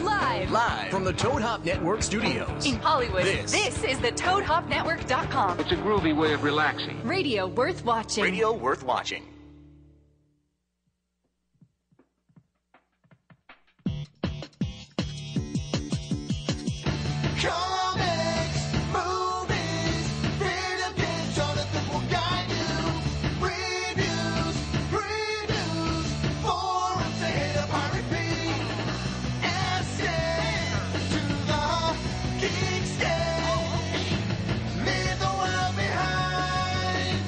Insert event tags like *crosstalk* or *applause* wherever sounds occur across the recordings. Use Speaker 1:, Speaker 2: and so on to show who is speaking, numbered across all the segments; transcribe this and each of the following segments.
Speaker 1: Live.
Speaker 2: Live from the Toad Hop Network studios.
Speaker 1: In Hollywood,
Speaker 2: This.
Speaker 1: is the ToadHopNetwork.com.
Speaker 3: It's a groovy way of relaxing.
Speaker 1: Radio worth watching.
Speaker 2: Radio worth watching.
Speaker 4: Comics, movies, read a bit, Jonathan will guide you. Reviews, reviews, forums to hit up I repeat. And stand to the geek stand. Leave the world behind.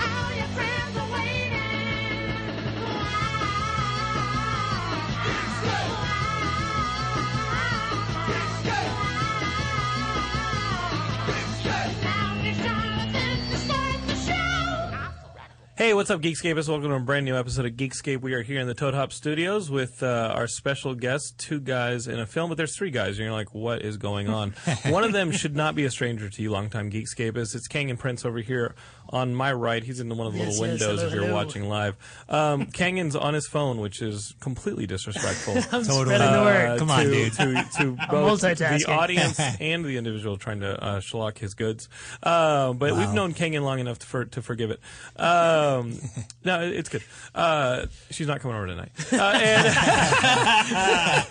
Speaker 4: All your friends are waiting. Geek stand. Geek stand.
Speaker 5: Hey, what's up, Geekscapists? Welcome to a brand new episode of Geekscape. We are here in the Toad Hop Studios with uh, our special guest, two guys in a film, but there's three guys, and you're like, what is going on?
Speaker 6: *laughs*
Speaker 5: One of them should not be a stranger to you, longtime Geekscapists. It's Kang and Prince over here on my right. He's in one of the little
Speaker 6: yes,
Speaker 5: windows
Speaker 6: hello,
Speaker 5: if you're
Speaker 6: hello.
Speaker 5: watching live. Um, Kangen's on his phone, which is completely
Speaker 6: *laughs*
Speaker 5: disrespectful.
Speaker 6: Totally. Spreading the word.
Speaker 5: Uh,
Speaker 6: Come
Speaker 5: to, To,
Speaker 6: on,
Speaker 5: to both the
Speaker 6: multitasking. *laughs*
Speaker 5: audience and the individual trying to uh, shellac his goods. Uh, but we've known Kangen long enough to, for, to forgive it. Um, *laughs* no, it- it's good. Uh, she's not coming over tonight. Uh,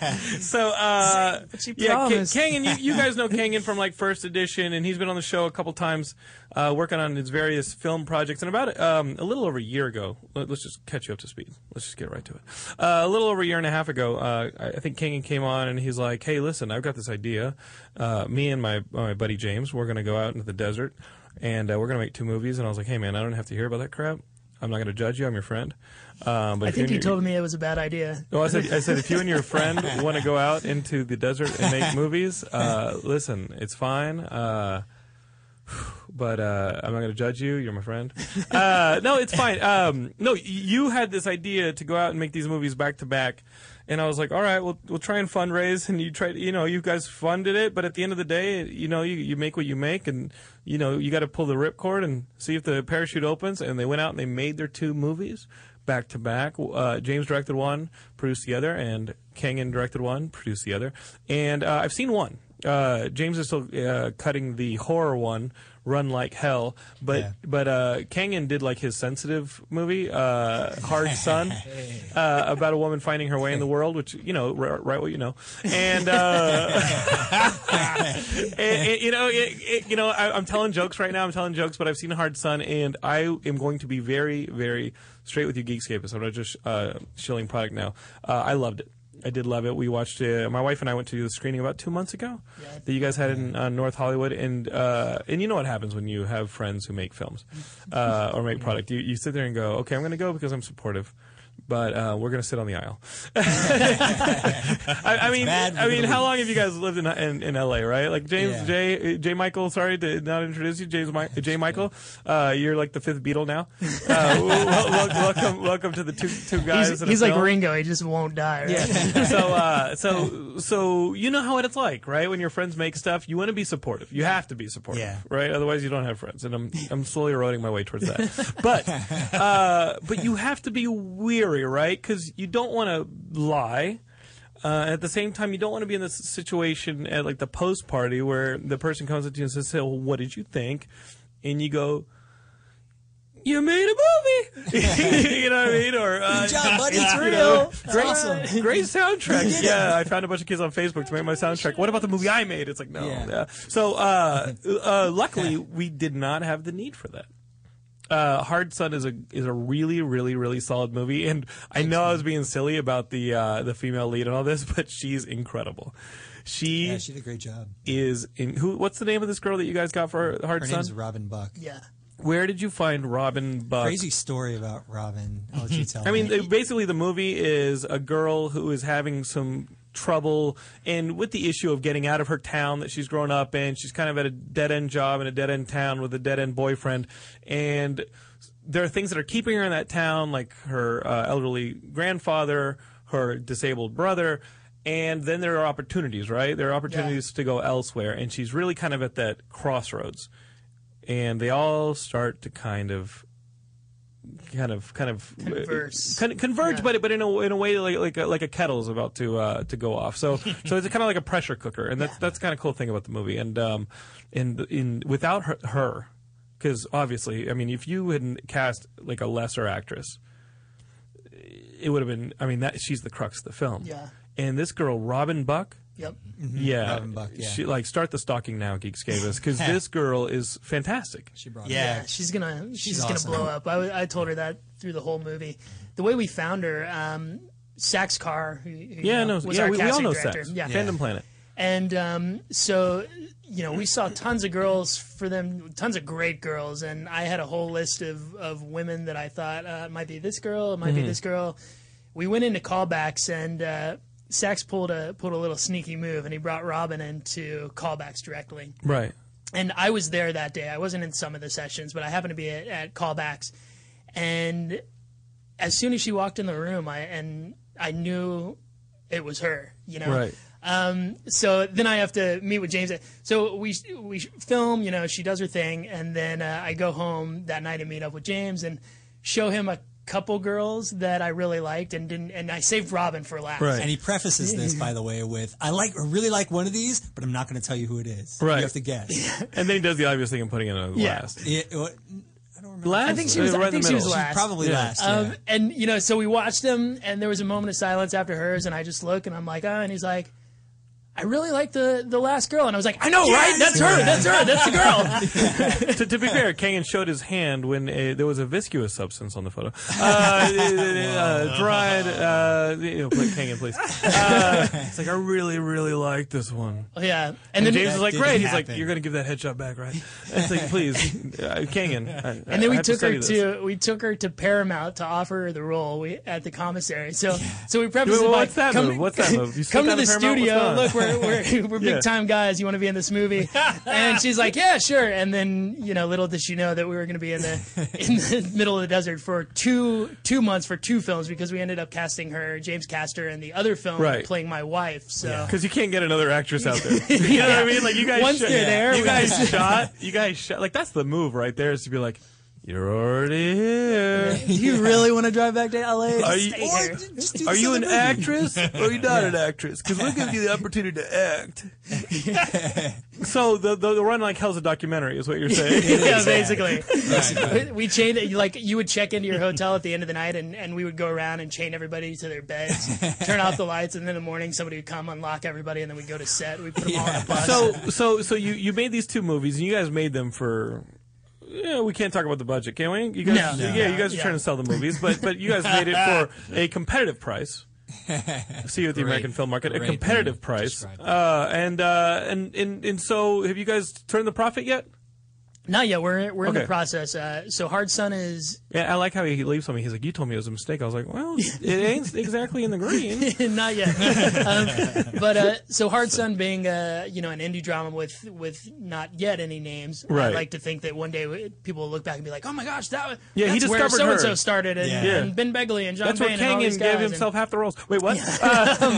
Speaker 6: *laughs*
Speaker 5: and so, uh, yeah, K-
Speaker 6: promised.
Speaker 5: Kangen, you, you
Speaker 6: *laughs*
Speaker 5: guys know Kangen from like First Edition, and he's been on the show a couple times uh, working on his various film projects. And about um, a little over a year ago, let, us just catch you up to speed. Let's just get right to it. Uh, a little over a year and a half ago, uh, I, I think Kangen came on and he's like, "Hey, listen, I've got this idea. Uh, me and my my buddy James, we're gonna go out into the desert." And uh, we're gonna make two movies, and I was like, "Hey, man, I don't have to hear about that crap. I'm not gonna judge you. I'm your friend." Um, but
Speaker 6: I think you
Speaker 5: me.
Speaker 6: told me it was a bad idea.
Speaker 5: Well, I said, I said, if you and your friend want to go out into the desert and make movies, uh, listen, it's fine. Uh, but uh, I'm not going to judge you. You're my friend. *laughs* Uh, no, it's fine. Um, no, y- you had this idea to go out and make these movies back to back, and I was like, all right, we'll we'll try and fundraise, and you tried, you know, you guys funded it, but at the end of the day, you know, you, you make what you make, and you know, you got to pull the ripcord and see if the parachute opens. And they went out and they made their two movies back to back. Uh, James directed one, produced the other, and Kangan directed one, produced the other. And uh, I've seen one. Uh, James is still uh, cutting the horror one, Run Like Hell, but but uh, Kangan did like his sensitive movie, uh, Hard Sun, uh, about a woman finding her way in the world, which you know, r- right what you know, and. Uh, and, and, you know, it, it, you know, I, I'm telling jokes right now. I'm telling jokes, but I've seen Hard Sun, and I am going to be very, very straight with you, Geekscapists. I'm not just uh, shilling product now. Uh, I loved it. I did love it. We watched it. My wife and I went to the screening about two months ago that you guys had in uh, North Hollywood, and uh, and you know what happens when you have friends who make films uh, or make product. You you sit there and go, okay, I'm going to go because I'm supportive. But uh, we're gonna sit on the aisle. I, I mean,
Speaker 7: bad
Speaker 5: I
Speaker 7: for
Speaker 5: mean,
Speaker 7: the
Speaker 5: how long have you guys lived in in, in LA? Right, like James
Speaker 7: Yeah.
Speaker 5: J J Michael. Sorry to not introduce you, James Mi- J Michael. Uh, you're like the fifth Beatle now. Uh, *laughs* wel- wel- welcome, welcome to the two two guys.
Speaker 6: He's,
Speaker 5: in a
Speaker 6: he's like
Speaker 5: film.
Speaker 6: Ringo. He just won't die.
Speaker 5: *laughs*
Speaker 7: *laughs*
Speaker 6: Right?
Speaker 5: so uh, so so you know how it's like, right? When your friends make stuff, you want to be supportive. You have to be supportive,
Speaker 7: Yeah.
Speaker 5: right? Otherwise, you don't have friends. And I'm I'm slowly eroding my way towards that. But uh, but you have to be weary, right? Because you don't want to lie. Uh, at the same time, you don't want to be in this situation at like the post party where the person comes up to you and says, "Hey, well, what did you think?" And you go. You made a
Speaker 7: *laughs*
Speaker 5: movie, *laughs* you know what I mean? Or uh,
Speaker 7: job, buddy. It's
Speaker 5: *laughs* you
Speaker 7: real.
Speaker 5: know,
Speaker 7: Great. Awesome.
Speaker 5: Great soundtrack. Yeah, I found a bunch of kids on Facebook to make my soundtrack. What about the movie I made? It's like no.
Speaker 7: Yeah.
Speaker 5: Yeah. So
Speaker 7: *laughs*
Speaker 5: uh, uh, luckily, we did not have the need for that. Uh, Hard Sun is a is a really really really solid movie, and I know I was being silly about the uh, the female lead and all this, *laughs* but she's incredible. She
Speaker 7: Yeah, she did a great job.
Speaker 5: is in who? What's the name of this girl that you guys got for Hard
Speaker 7: Her
Speaker 5: Sun?
Speaker 7: name's Robin Buck.
Speaker 6: Yeah.
Speaker 5: where did you find Robin Buck?
Speaker 6: Crazy story about Robin. I'll let you tell
Speaker 5: Mm-hmm. I mean,
Speaker 6: me.
Speaker 5: it- basically, the movie is a girl who is having some trouble and with the issue of getting out of her town that she's grown up in. She's kind of at a dead end job in a dead end town with a dead end boyfriend. And there are things that are keeping her in that town, like her uh, elderly grandfather, her disabled brother. And then there are opportunities, right? There are opportunities to go elsewhere. And she's really kind of at that crossroads. And they all start to kind of kind of kind of
Speaker 7: Converse.
Speaker 5: Con- converge, but but in a in a way like like a, like a kettle is about to uh, to go off.
Speaker 7: *laughs*
Speaker 5: So so it's kind of like a pressure cooker, and that's that's kind of cool thing about the movie. And um, in in without her, her because obviously, I mean, if you hadn't cast like a lesser actress, it would have been. I mean, that she's the crux of the film.
Speaker 7: Yeah.
Speaker 5: And this girl, Robin Buck.
Speaker 7: Yep.
Speaker 5: Yeah,
Speaker 6: Mm-hmm. Robin Buck, yeah.
Speaker 5: She like start the stalking now, Geeks gave us
Speaker 7: *laughs*
Speaker 5: because this girl is fantastic.
Speaker 6: she brought
Speaker 7: Yeah,
Speaker 6: yeah.
Speaker 7: she's gonna she's, gonna
Speaker 6: awesome.
Speaker 7: blow up. I, w- I told her that through the whole movie. The way we found her, um, Sax Carr, who, who, you
Speaker 5: Yeah,
Speaker 7: know,
Speaker 5: no,
Speaker 7: was
Speaker 5: yeah,
Speaker 7: our
Speaker 5: we, we all
Speaker 7: casting
Speaker 5: know
Speaker 7: director.
Speaker 5: Sex.
Speaker 7: Yeah.
Speaker 5: Fandom Planet.
Speaker 7: and um, so you know we saw tons of girls for them, tons of great girls, and I had a whole list of of women that I thought uh, it might be this girl, it might be this girl. We went into callbacks and. Uh, Sax pulled a pulled a little sneaky move, and he brought Robin into callbacks directly
Speaker 5: Right.
Speaker 7: and I was there that day. I wasn't in some of the sessions, but I happened to be at, at callbacks. And as soon as she walked in the room, I and I knew it was her. You know,
Speaker 5: Right.
Speaker 7: so then I have to meet with James. So we we film, you know, she does her thing, and then uh, I go home that night and meet up with James and show him a couple girls that I really liked and didn't, and I saved Robin for last.
Speaker 5: Right.
Speaker 6: And he prefaces this, by the way, with I like, I really like one of these, but I'm not going to tell you who it is.
Speaker 5: Right.
Speaker 6: You have
Speaker 5: *laughs*
Speaker 6: to guess.
Speaker 5: And then he does the obvious thing and putting it on the last.
Speaker 6: yeah, what- I don't remember.
Speaker 5: Last?
Speaker 7: I think she was-
Speaker 5: Uh,
Speaker 7: I
Speaker 5: right in
Speaker 7: think
Speaker 5: the
Speaker 7: she was
Speaker 5: middle.
Speaker 7: last.
Speaker 6: Probably
Speaker 5: Yeah.
Speaker 6: last.
Speaker 7: Um,
Speaker 6: yeah.
Speaker 7: And you know, so we watched them, and there was a moment of silence after hers, and I just look, and I'm like, ah, and he's like, I really like the the last girl, and I was like, I know, right? That's her. That's her. That's the
Speaker 5: *laughs*
Speaker 7: girl.
Speaker 5: to, to be
Speaker 7: *laughs*
Speaker 5: fair, Kangen showed his hand when uh there was a viscous substance on the
Speaker 7: *laughs*
Speaker 5: photo. Uh, uh, dried. Uh, you know, play- Kangen, please.
Speaker 7: *laughs*
Speaker 5: Uh, it's like I really, really like this one.
Speaker 7: yeah, and,
Speaker 5: And,
Speaker 7: then
Speaker 5: James is
Speaker 6: That
Speaker 5: like,
Speaker 6: didn't
Speaker 5: "Great." He's like,
Speaker 6: happen.
Speaker 5: "You're going to give that headshot back, right?" It's like, "Please, uh, Kangen." I,
Speaker 7: and then we took her to we took her to Paramount to offer her the role we, at the commissary. So so we prefaced
Speaker 5: Well,
Speaker 7: it by,
Speaker 5: what's that
Speaker 7: come,
Speaker 5: move? What's
Speaker 7: *laughs*
Speaker 5: that move? You slipped
Speaker 7: come to
Speaker 5: down
Speaker 7: the
Speaker 5: to Paramount?
Speaker 7: studio.
Speaker 5: What's
Speaker 7: Look,
Speaker 5: going *laughs*
Speaker 7: we're we're, we're
Speaker 5: Yeah.
Speaker 7: big time guys. You want to be in this movie?
Speaker 5: *laughs*
Speaker 7: and she's like, yeah, sure. And then you know, little did she know that we were going to be
Speaker 5: *laughs*
Speaker 7: in the in the middle of the desert for two two months for two films because we ended up casting her, James Castor, and the other film
Speaker 5: Right.
Speaker 7: playing my wife. So.
Speaker 5: Because you can't get another actress out
Speaker 7: *laughs*
Speaker 5: there. You know what I mean? Like you guys.
Speaker 7: Once
Speaker 5: shot-
Speaker 7: they're there,
Speaker 5: you
Speaker 7: we-
Speaker 5: guys
Speaker 7: *laughs*
Speaker 5: shot. You guys shot. Like that's the move right there is to be like, you're already
Speaker 7: *laughs*
Speaker 5: here.
Speaker 6: Do you really want to drive back to LA?
Speaker 5: Are you-
Speaker 6: Or
Speaker 7: here.
Speaker 6: ju- just do
Speaker 5: Are
Speaker 6: this
Speaker 5: you
Speaker 6: other
Speaker 5: an
Speaker 6: movie.
Speaker 5: actress or are you not an actress? Because we'll give you the opportunity to
Speaker 7: *laughs*
Speaker 5: act. so the, the the run like hell's a documentary is what you're saying.
Speaker 7: *laughs*
Speaker 5: *laughs*
Speaker 7: yeah, basically. We- We chained it like you would check into your hotel at the end of the night, and, and we would go around and chain everybody to their beds,
Speaker 5: *laughs*
Speaker 7: turn off the lights, and then in the morning somebody would come unlock everybody, and then we'd go to set. We put them all on a bus.
Speaker 5: so so so you you made these two movies and you guys made them for. Yeah, we can't talk about the budget, can we? You guys,
Speaker 7: No. No.
Speaker 5: yeah, you guys are
Speaker 7: Yeah.
Speaker 5: trying to sell the movies, but but you guys made it for a competitive
Speaker 7: *laughs*
Speaker 5: price. See you at the American film market, a
Speaker 6: Great
Speaker 5: competitive
Speaker 6: way to
Speaker 5: price,
Speaker 6: describe that.
Speaker 5: uh, and uh, and and and so have you guys turned the profit yet?
Speaker 7: Not yet. We're we're in
Speaker 5: Okay.
Speaker 7: the process. Uh, so Hard Sun is *laughs*
Speaker 5: Yeah, I like how he leaves on me. He's like, "You told me it was a mistake." I was like, "Well, it ain't exactly in the
Speaker 7: *laughs*
Speaker 5: green."
Speaker 7: not yet. um, but uh, so Hard Sun being uh, you know an indie drama with with not yet any names.
Speaker 5: Right.
Speaker 7: I'd like to think that one day we- people will look back and be like, oh my gosh, that was
Speaker 5: Yeah, he
Speaker 7: that's where
Speaker 5: discovered
Speaker 7: so and
Speaker 5: her.
Speaker 7: so started, and,
Speaker 6: Yeah.
Speaker 7: and Ben Begley and John
Speaker 5: That's where
Speaker 7: Payne and all
Speaker 5: Kangen
Speaker 7: these
Speaker 5: gave
Speaker 7: guys, and-
Speaker 5: himself half the roles. Wait, what? Uh,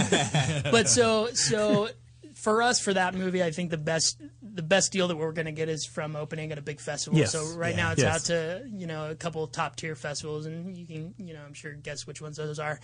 Speaker 7: but so so for us for that movie, I think the best the best deal that we're going to get is from opening at a big festival.
Speaker 5: Yes.
Speaker 7: So right
Speaker 6: Yeah.
Speaker 7: now it's
Speaker 5: Yes.
Speaker 7: out to you know a couple top tier festivals, and you can you know I'm sure guess which ones those are.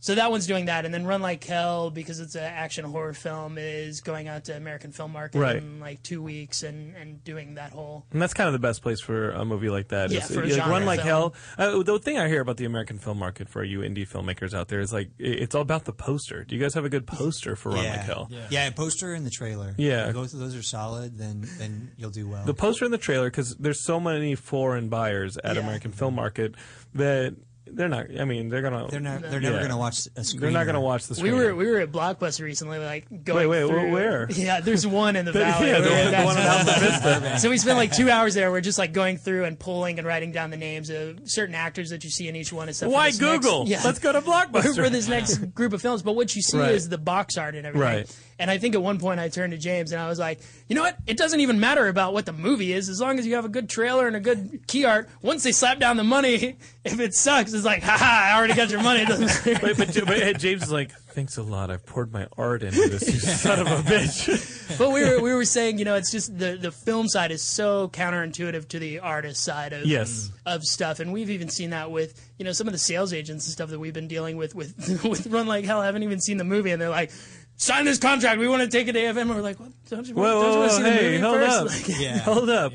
Speaker 7: So that one's doing that, and then Run Like Hell because it's an action horror film is going out to American Film Market
Speaker 5: Right.
Speaker 7: in like two weeks and and doing that whole
Speaker 5: and that's kind of the best place for a movie like that.
Speaker 7: Yeah,
Speaker 5: is-
Speaker 7: for a
Speaker 5: like,
Speaker 7: genre
Speaker 5: Run Like
Speaker 7: film.
Speaker 5: Hell. Uh, the thing I hear about the American film market for you indie filmmakers out there is like i- it's all about the poster. Do you guys have a good poster for Run Like Hell?
Speaker 6: Yeah. a poster and the trailer.
Speaker 5: Yeah.
Speaker 6: If both of those are solid, then then you'll do well.
Speaker 5: The poster and the trailer, because there's so many foreign buyers at
Speaker 7: Yeah.
Speaker 5: American Film Market that They're not. I mean, they're gonna.
Speaker 6: They're not. They're never
Speaker 5: Yeah.
Speaker 6: going to watch a screen.
Speaker 5: They're not
Speaker 6: to
Speaker 5: gonna watch the
Speaker 7: We
Speaker 5: screen.
Speaker 7: were we were at Blockbuster recently, like going
Speaker 5: wait,
Speaker 7: through-
Speaker 5: where?
Speaker 7: Yeah, there's one in the
Speaker 5: *laughs*
Speaker 7: valley.
Speaker 5: yeah, the
Speaker 7: We're
Speaker 5: one-
Speaker 7: at
Speaker 5: the
Speaker 7: that
Speaker 5: one in
Speaker 7: spot.
Speaker 5: Alta Vista.
Speaker 7: So we spent like two hours there. We're just like going through and pulling and writing down the names of certain actors that you see in each one. And stuff for
Speaker 5: Why
Speaker 7: this next-
Speaker 5: Google?
Speaker 7: yeah. *laughs*
Speaker 5: Let's go to Blockbuster.
Speaker 7: for this next group of films. But what you see
Speaker 5: Right.
Speaker 7: is the box art and everything.
Speaker 5: Right.
Speaker 7: And I think at one point I turned to James and I was like, you know what? It doesn't even matter about what the movie is as long as you have a good trailer and a good key art. Once they slap down the money, *laughs* if it sucks, it's like, ha ha, I already got your money. It doesn't matter.
Speaker 5: *laughs* But, but, but James is like, thanks a lot. I've poured my art into this,
Speaker 7: *laughs*
Speaker 5: you son of a bitch.
Speaker 7: but we were we were saying, you know, it's just the the film side is so counterintuitive to the artist side of
Speaker 5: Yes.
Speaker 7: of stuff, and we've even seen that with you know some of the sales agents and stuff that we've been dealing with with *laughs* with Run Like Hell. I haven't even seen the movie, and they're like. Sign this contract. We want to take it to AFM. And we're like, what? Don't you,
Speaker 5: Whoa,
Speaker 7: don't you
Speaker 5: whoa,
Speaker 7: want
Speaker 5: whoa
Speaker 7: to see the
Speaker 5: hey,
Speaker 7: movie
Speaker 5: hold
Speaker 7: first?
Speaker 5: up.
Speaker 7: *laughs* Like,
Speaker 5: *laughs*
Speaker 6: Yeah.
Speaker 5: Hold up.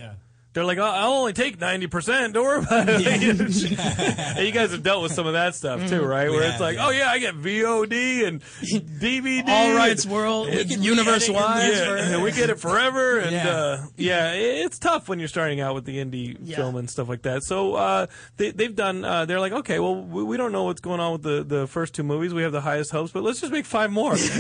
Speaker 5: They're like, "I'll- I'll only take 90%. Don't worry about *laughs* it. And you guys have dealt with some of that stuff too, right? Where it's
Speaker 6: have,
Speaker 5: like,
Speaker 6: Mm. yeah.
Speaker 5: oh, yeah, I get VOD
Speaker 6: *laughs*
Speaker 5: and DVD.
Speaker 7: all
Speaker 5: and-
Speaker 7: rights world, universe wide.
Speaker 5: Yeah, and we get it
Speaker 6: *laughs*
Speaker 5: forever, and
Speaker 6: Yeah.
Speaker 5: yeah. Uh, yeah, i- it's tough when you're starting out with the indie
Speaker 7: Yeah.
Speaker 5: film and stuff like that. So uh, they, they've done. Uh, they're like, okay, well, we, we don't know what's going on with the, the first two movies. We have the highest hopes, but let's just make five
Speaker 6: *laughs*
Speaker 5: more, which
Speaker 6: As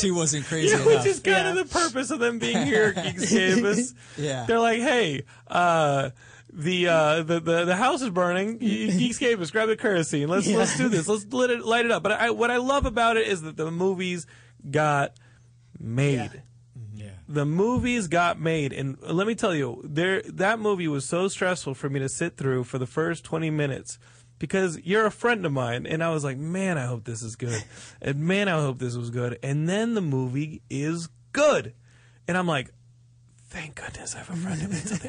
Speaker 5: *laughs*
Speaker 6: two wasn't crazy enough.
Speaker 5: is kind of the purpose of them being here at Geeks Campus.
Speaker 6: Yeah.
Speaker 5: They're like, hey. Uh, the, uh, the the the house is burning. Ye-
Speaker 6: *laughs*
Speaker 5: Geeks Campus, grab the kerosene. Let's let's do this. Let's lit it, light it up. But I, what I love about it is that the movies got made.
Speaker 8: Yeah.
Speaker 5: the movies got made and let me tell you there that movie was so stressful for me to sit through for the first 20 minutes because you're a friend of mine and i was like man i hope this is good
Speaker 7: *laughs*
Speaker 5: and man i hope this was good and then the movie is good and i'm like thank goodness i have a friend who makes it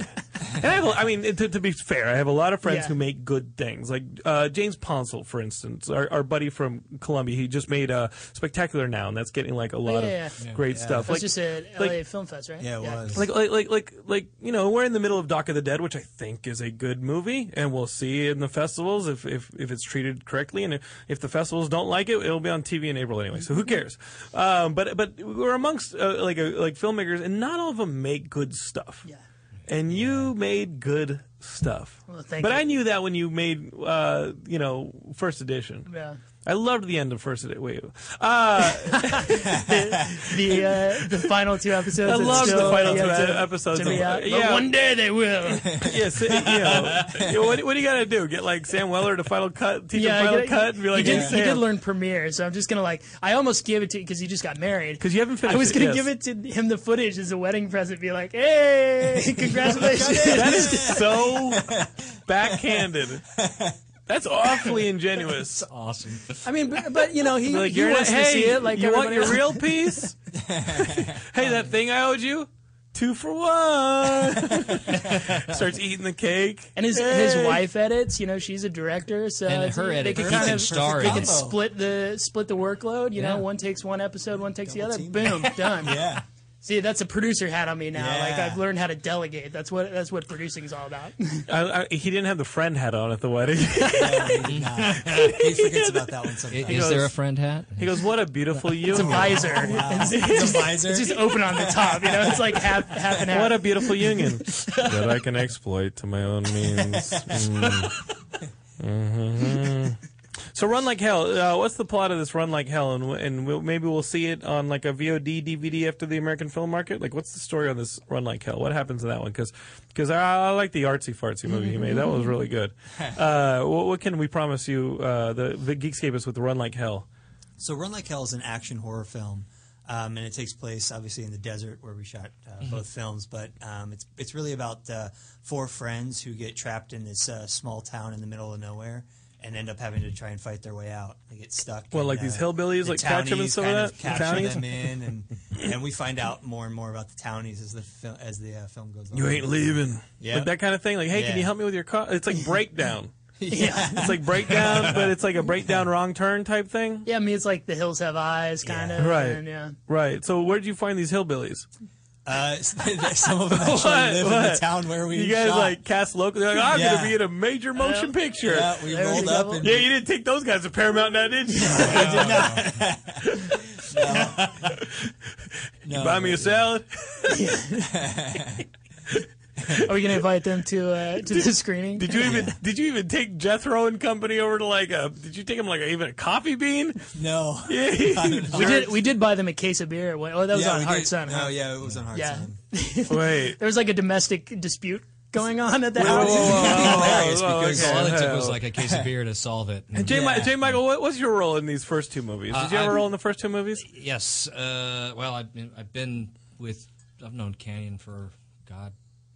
Speaker 5: and i have a, i mean to, to be fair i have a lot of friends
Speaker 7: Yeah.
Speaker 5: who make good things like uh, james ponsel for instance our, our buddy from columbia he just made a spectacular now and that's getting like a lot
Speaker 7: Yeah, yeah,
Speaker 5: of
Speaker 7: yeah.
Speaker 5: great stuff
Speaker 7: That
Speaker 5: like
Speaker 7: was just at LA
Speaker 5: like-
Speaker 7: Film Fest, right?
Speaker 6: Yeah, it was.
Speaker 5: like like like like like you know we're in the middle of Dock of the Dead, which I think is a good movie, and we'll see in the festivals if if, if it's treated correctly, and if, if the festivals don't like it, it'll be on TV in April anyway. So who cares? Um, but but we're amongst uh, like uh, like filmmakers, and not all of them make good stuff.
Speaker 7: Yeah.
Speaker 5: And you made good stuff.
Speaker 7: Well, thank
Speaker 5: but
Speaker 7: you.
Speaker 5: I knew that when you made uh, you know first edition.
Speaker 7: Yeah.
Speaker 5: I loved the end of first edition. Wait, uh,
Speaker 7: The uh, the final two episodes.
Speaker 5: I
Speaker 7: it's
Speaker 5: loved
Speaker 7: still-
Speaker 5: the final
Speaker 7: yeah,
Speaker 5: two
Speaker 7: to-
Speaker 5: episodes.
Speaker 7: to be
Speaker 5: of,
Speaker 7: out, but
Speaker 5: yeah,
Speaker 7: one day
Speaker 5: *laughs*
Speaker 7: they will.
Speaker 5: Yes,
Speaker 7: *laughs*
Speaker 5: you know, you know, what, what do you got to do? Get like Sam Weller to Final Cut, teach him
Speaker 7: I
Speaker 5: Final
Speaker 7: get it.
Speaker 5: Cut, and be like,
Speaker 7: he did,
Speaker 5: hey,
Speaker 7: he did
Speaker 5: Sam."
Speaker 7: learn Premiere, so I'm just gonna like, I almost gave it to because he just got married.
Speaker 5: 'Cause you haven't finished
Speaker 7: I was
Speaker 5: it,
Speaker 7: gonna
Speaker 5: yes.
Speaker 7: give it to him the footage as a wedding present, be like, hey, *laughs* congratulations.
Speaker 5: That is so backhanded. That's awfully ingenuous. *laughs*
Speaker 8: Awesome.
Speaker 7: I mean, but, but you know, he,
Speaker 5: Be Like,
Speaker 7: he
Speaker 5: you're
Speaker 7: wants
Speaker 5: not-
Speaker 7: to
Speaker 5: hey,
Speaker 7: see it. Like
Speaker 5: you want
Speaker 7: everybody
Speaker 5: your
Speaker 7: else.
Speaker 5: real
Speaker 7: *laughs*
Speaker 5: piece? hey, that thing I owed you, two for one. *laughs* Starts eating the cake,
Speaker 7: And his, his wife edits, you know, she's a director, so
Speaker 8: And
Speaker 7: it's-
Speaker 8: her
Speaker 7: they
Speaker 8: edit,
Speaker 7: can
Speaker 8: he
Speaker 7: kind
Speaker 8: can
Speaker 7: of
Speaker 8: star
Speaker 7: they
Speaker 8: in.
Speaker 7: can split the split the workload. You know,
Speaker 8: Yeah.
Speaker 7: one takes one episode, one takes
Speaker 6: Double
Speaker 7: the other. *laughs*
Speaker 6: team.
Speaker 7: Boom, done.
Speaker 6: yeah.
Speaker 7: See, that's a producer hat on me now. Like
Speaker 6: Yeah.
Speaker 7: I've learned how to delegate. That's what that's what producing's all about.
Speaker 5: I, I, he didn't have the friend hat on at the wedding. *laughs*
Speaker 6: No, he did not. He forgets about that one
Speaker 8: I- Is
Speaker 6: sometimes.
Speaker 8: there a friend hat?
Speaker 5: he goes, "What a beautiful
Speaker 7: It's a
Speaker 5: union!
Speaker 7: visor. It's,
Speaker 6: It's a visor.
Speaker 7: it's just open on the top. You know, it's like half half and half.
Speaker 5: What a beautiful union *laughs* that I can exploit to my own means." Mm-hmm. So Run Like Hell, uh, what's the plot of this Run Like Hell? And, w- and we'll, maybe we'll see it on like a VOD, DVD after the American film market. Like, what's the story on this Run Like Hell? What happens in that one? Because I, I like the artsy fartsy movie he made. That one was really
Speaker 6: *laughs*
Speaker 5: good. Uh, what, what can we promise you, uh, the, the Geekscape is with Run Like Hell?
Speaker 6: So Run Like Hell is an action horror film, um, and it takes place obviously in the desert where we shot uh,
Speaker 5: Mm-hmm.
Speaker 6: both films. But um, it's it's really about uh, four friends who get trapped in this uh, small town in the middle of nowhere and end up having to try and fight their way out. They get stuck.
Speaker 5: Well,
Speaker 6: and,
Speaker 5: like these
Speaker 6: uh,
Speaker 5: hillbillies,
Speaker 6: the
Speaker 5: like, catch 'em and
Speaker 6: townies
Speaker 5: some of
Speaker 6: kind
Speaker 5: that? The
Speaker 6: Capture
Speaker 5: townies?
Speaker 6: them in, and
Speaker 5: *laughs*
Speaker 6: and we find out more and more about the townies as the fil- as the uh, film goes on.
Speaker 5: You ain't
Speaker 6: *laughs*
Speaker 5: leaving.
Speaker 6: Yeah.
Speaker 5: Like that kind of thing. Like, hey,
Speaker 6: Yeah.
Speaker 5: can you help me with your car? It's like breakdown.
Speaker 7: yeah.
Speaker 5: it's like breakdown, but it's like a breakdown wrong turn type thing.
Speaker 7: Yeah, I mean, it's like the hills have eyes, kind
Speaker 6: Yeah.
Speaker 7: of.
Speaker 5: Right.
Speaker 7: And, yeah.
Speaker 5: Right. So where did you find these hillbillies?
Speaker 6: Uh, *laughs* some of them actually
Speaker 5: What?
Speaker 6: live in
Speaker 5: What?
Speaker 6: the town where we
Speaker 5: You guys
Speaker 6: shot.
Speaker 5: like cast local? They're like, I'm
Speaker 6: Yeah.
Speaker 5: gonna be in a major motion picture.
Speaker 6: yeah,
Speaker 5: Yeah.
Speaker 6: we
Speaker 7: There's
Speaker 6: rolled
Speaker 7: the
Speaker 6: up
Speaker 7: devil.
Speaker 6: and *laughs*
Speaker 5: you didn't take those guys to Paramount now, did you? *laughs*
Speaker 6: no,
Speaker 5: Buy me a salad.
Speaker 6: Are we gonna invite them to uh, to the screening?
Speaker 5: Did you even did you even take Jethro and Company over to like a? Did you take them like a, even a coffee bean? *laughs*
Speaker 3: No.
Speaker 6: we did we did buy them a case of beer. at one- Oh, that was on
Speaker 3: we
Speaker 6: Hard
Speaker 3: did-
Speaker 6: Sun.
Speaker 3: No,
Speaker 6: huh?
Speaker 3: yeah, it was on Hard
Speaker 6: Yeah.
Speaker 7: *laughs*
Speaker 3: Sun.
Speaker 5: Wait.
Speaker 6: There was like a domestic dispute going on at the
Speaker 5: Whoa,
Speaker 6: house.
Speaker 5: whoa, whoa,
Speaker 7: hilarious
Speaker 5: whoa,
Speaker 7: because
Speaker 5: okay.
Speaker 7: all it took was like a case of beer *laughs* to solve it.
Speaker 5: J. Mi- J. Michael, what was your role in these first two movies? Did you have a
Speaker 7: I'm-
Speaker 5: role in the first two movies?
Speaker 7: Yes. Uh, well, I've been, I've been with I've known Canyon for God,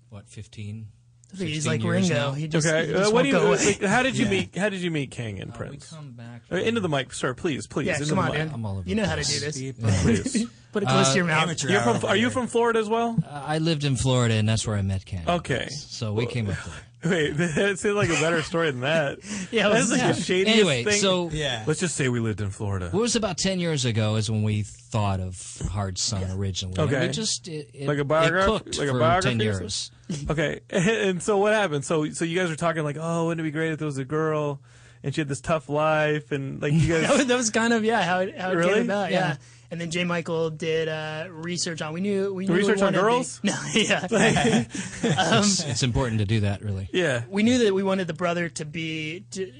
Speaker 7: what fifteen?
Speaker 6: He's
Speaker 7: 16
Speaker 6: like
Speaker 7: years
Speaker 6: Ringo.
Speaker 7: now.
Speaker 6: He just,
Speaker 5: Okay.
Speaker 6: he
Speaker 5: Uh,
Speaker 6: just
Speaker 5: what
Speaker 6: won't
Speaker 5: do you?
Speaker 6: go away.
Speaker 5: like, how did you meet? How did you meet Kang and
Speaker 7: Uh, we
Speaker 5: Prince?
Speaker 7: come back.
Speaker 5: Uh, into the mic, sir. Please, please.
Speaker 6: Yeah,
Speaker 5: into
Speaker 6: come
Speaker 5: the
Speaker 6: on,
Speaker 5: mic.
Speaker 6: dude.
Speaker 7: I'm all over
Speaker 6: You know
Speaker 7: the
Speaker 6: how to
Speaker 7: place.
Speaker 6: do this.
Speaker 5: Please.
Speaker 6: *laughs* Put it close to your mouth.
Speaker 3: Amateur
Speaker 5: You're
Speaker 3: hour
Speaker 5: from? Are you from Florida as well?
Speaker 7: Uh, I lived in Florida, and that's where I met Canyon.
Speaker 5: Okay.
Speaker 7: So we came up there.
Speaker 5: Wait, *laughs* that seems like a better story than that.
Speaker 7: *laughs*
Speaker 6: Yeah, it
Speaker 5: that's
Speaker 6: was-
Speaker 5: like
Speaker 6: yeah.
Speaker 5: the shadiest
Speaker 7: Anyway,
Speaker 5: thing.
Speaker 7: so
Speaker 3: Yeah.
Speaker 5: let's just say we lived in Florida.
Speaker 7: It was about ten years ago is when we thought of Hard Sun originally. And
Speaker 5: Okay.
Speaker 7: we just it, it,
Speaker 5: Like a
Speaker 7: it
Speaker 5: biograph-
Speaker 7: cooked
Speaker 5: like a
Speaker 7: for
Speaker 5: biography
Speaker 7: ten
Speaker 5: or something?
Speaker 7: years.
Speaker 5: Okay, *laughs* and so what happened? So so you guys were talking like, oh, wouldn't it be great if there was a girl, and she had this tough life, and
Speaker 7: *laughs*
Speaker 5: like you
Speaker 6: that,
Speaker 5: *laughs*
Speaker 6: was,
Speaker 5: guys.
Speaker 6: *laughs* that was kind of yeah how it, how it
Speaker 5: Really?
Speaker 6: came about yeah.
Speaker 7: Yeah.
Speaker 6: And then J. Michael did uh, research on we knew we knew we
Speaker 5: Research on
Speaker 6: wanted the-
Speaker 5: girls?
Speaker 6: *laughs* no yeah
Speaker 7: It's, it's important to do that, really.
Speaker 5: *laughs* yeah,
Speaker 6: we knew that we wanted the brother to be to,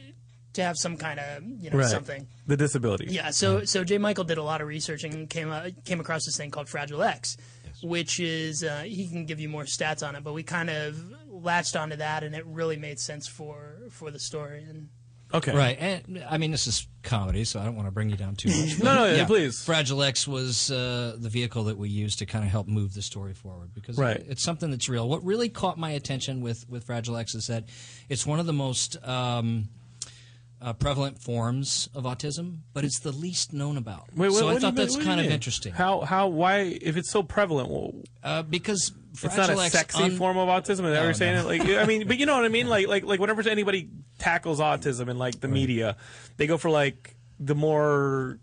Speaker 6: to have some kind of you know
Speaker 5: right.
Speaker 6: something
Speaker 5: The disability.
Speaker 6: yeah so so J. Michael did a lot of research and came uh, came across this thing called Fragile X which is uh, he can give you more stats on it but we kind of latched onto that and it really made sense for for the story and
Speaker 5: Okay.
Speaker 7: Right. And I mean, this is comedy, so I don't want to bring you down too much. *laughs*
Speaker 5: No, no,
Speaker 7: But,
Speaker 5: yeah, please.
Speaker 7: Fragile X was uh, the vehicle that we used to kind of help move the story forward because
Speaker 5: Right.
Speaker 7: it's something that's real. What really caught my attention with, with Fragile X is that it's one of the most um, uh, prevalent forms of autism, but it's the least known about.
Speaker 5: Wait, what,
Speaker 7: so
Speaker 5: what do
Speaker 7: I
Speaker 5: you
Speaker 7: thought
Speaker 5: mean-
Speaker 7: that's
Speaker 5: what do you
Speaker 7: kind of
Speaker 5: mean?
Speaker 7: interesting.
Speaker 5: How how why if it's so prevalent? Well,
Speaker 7: uh, because
Speaker 5: it's not
Speaker 7: Fragile
Speaker 5: a
Speaker 7: X
Speaker 5: sexy
Speaker 7: un-
Speaker 5: form of autism. Is that what you're saying?
Speaker 7: no.
Speaker 5: Like I mean, but you know what I mean. Like like like whenever anybody tackles autism in like the media, they go for like the more.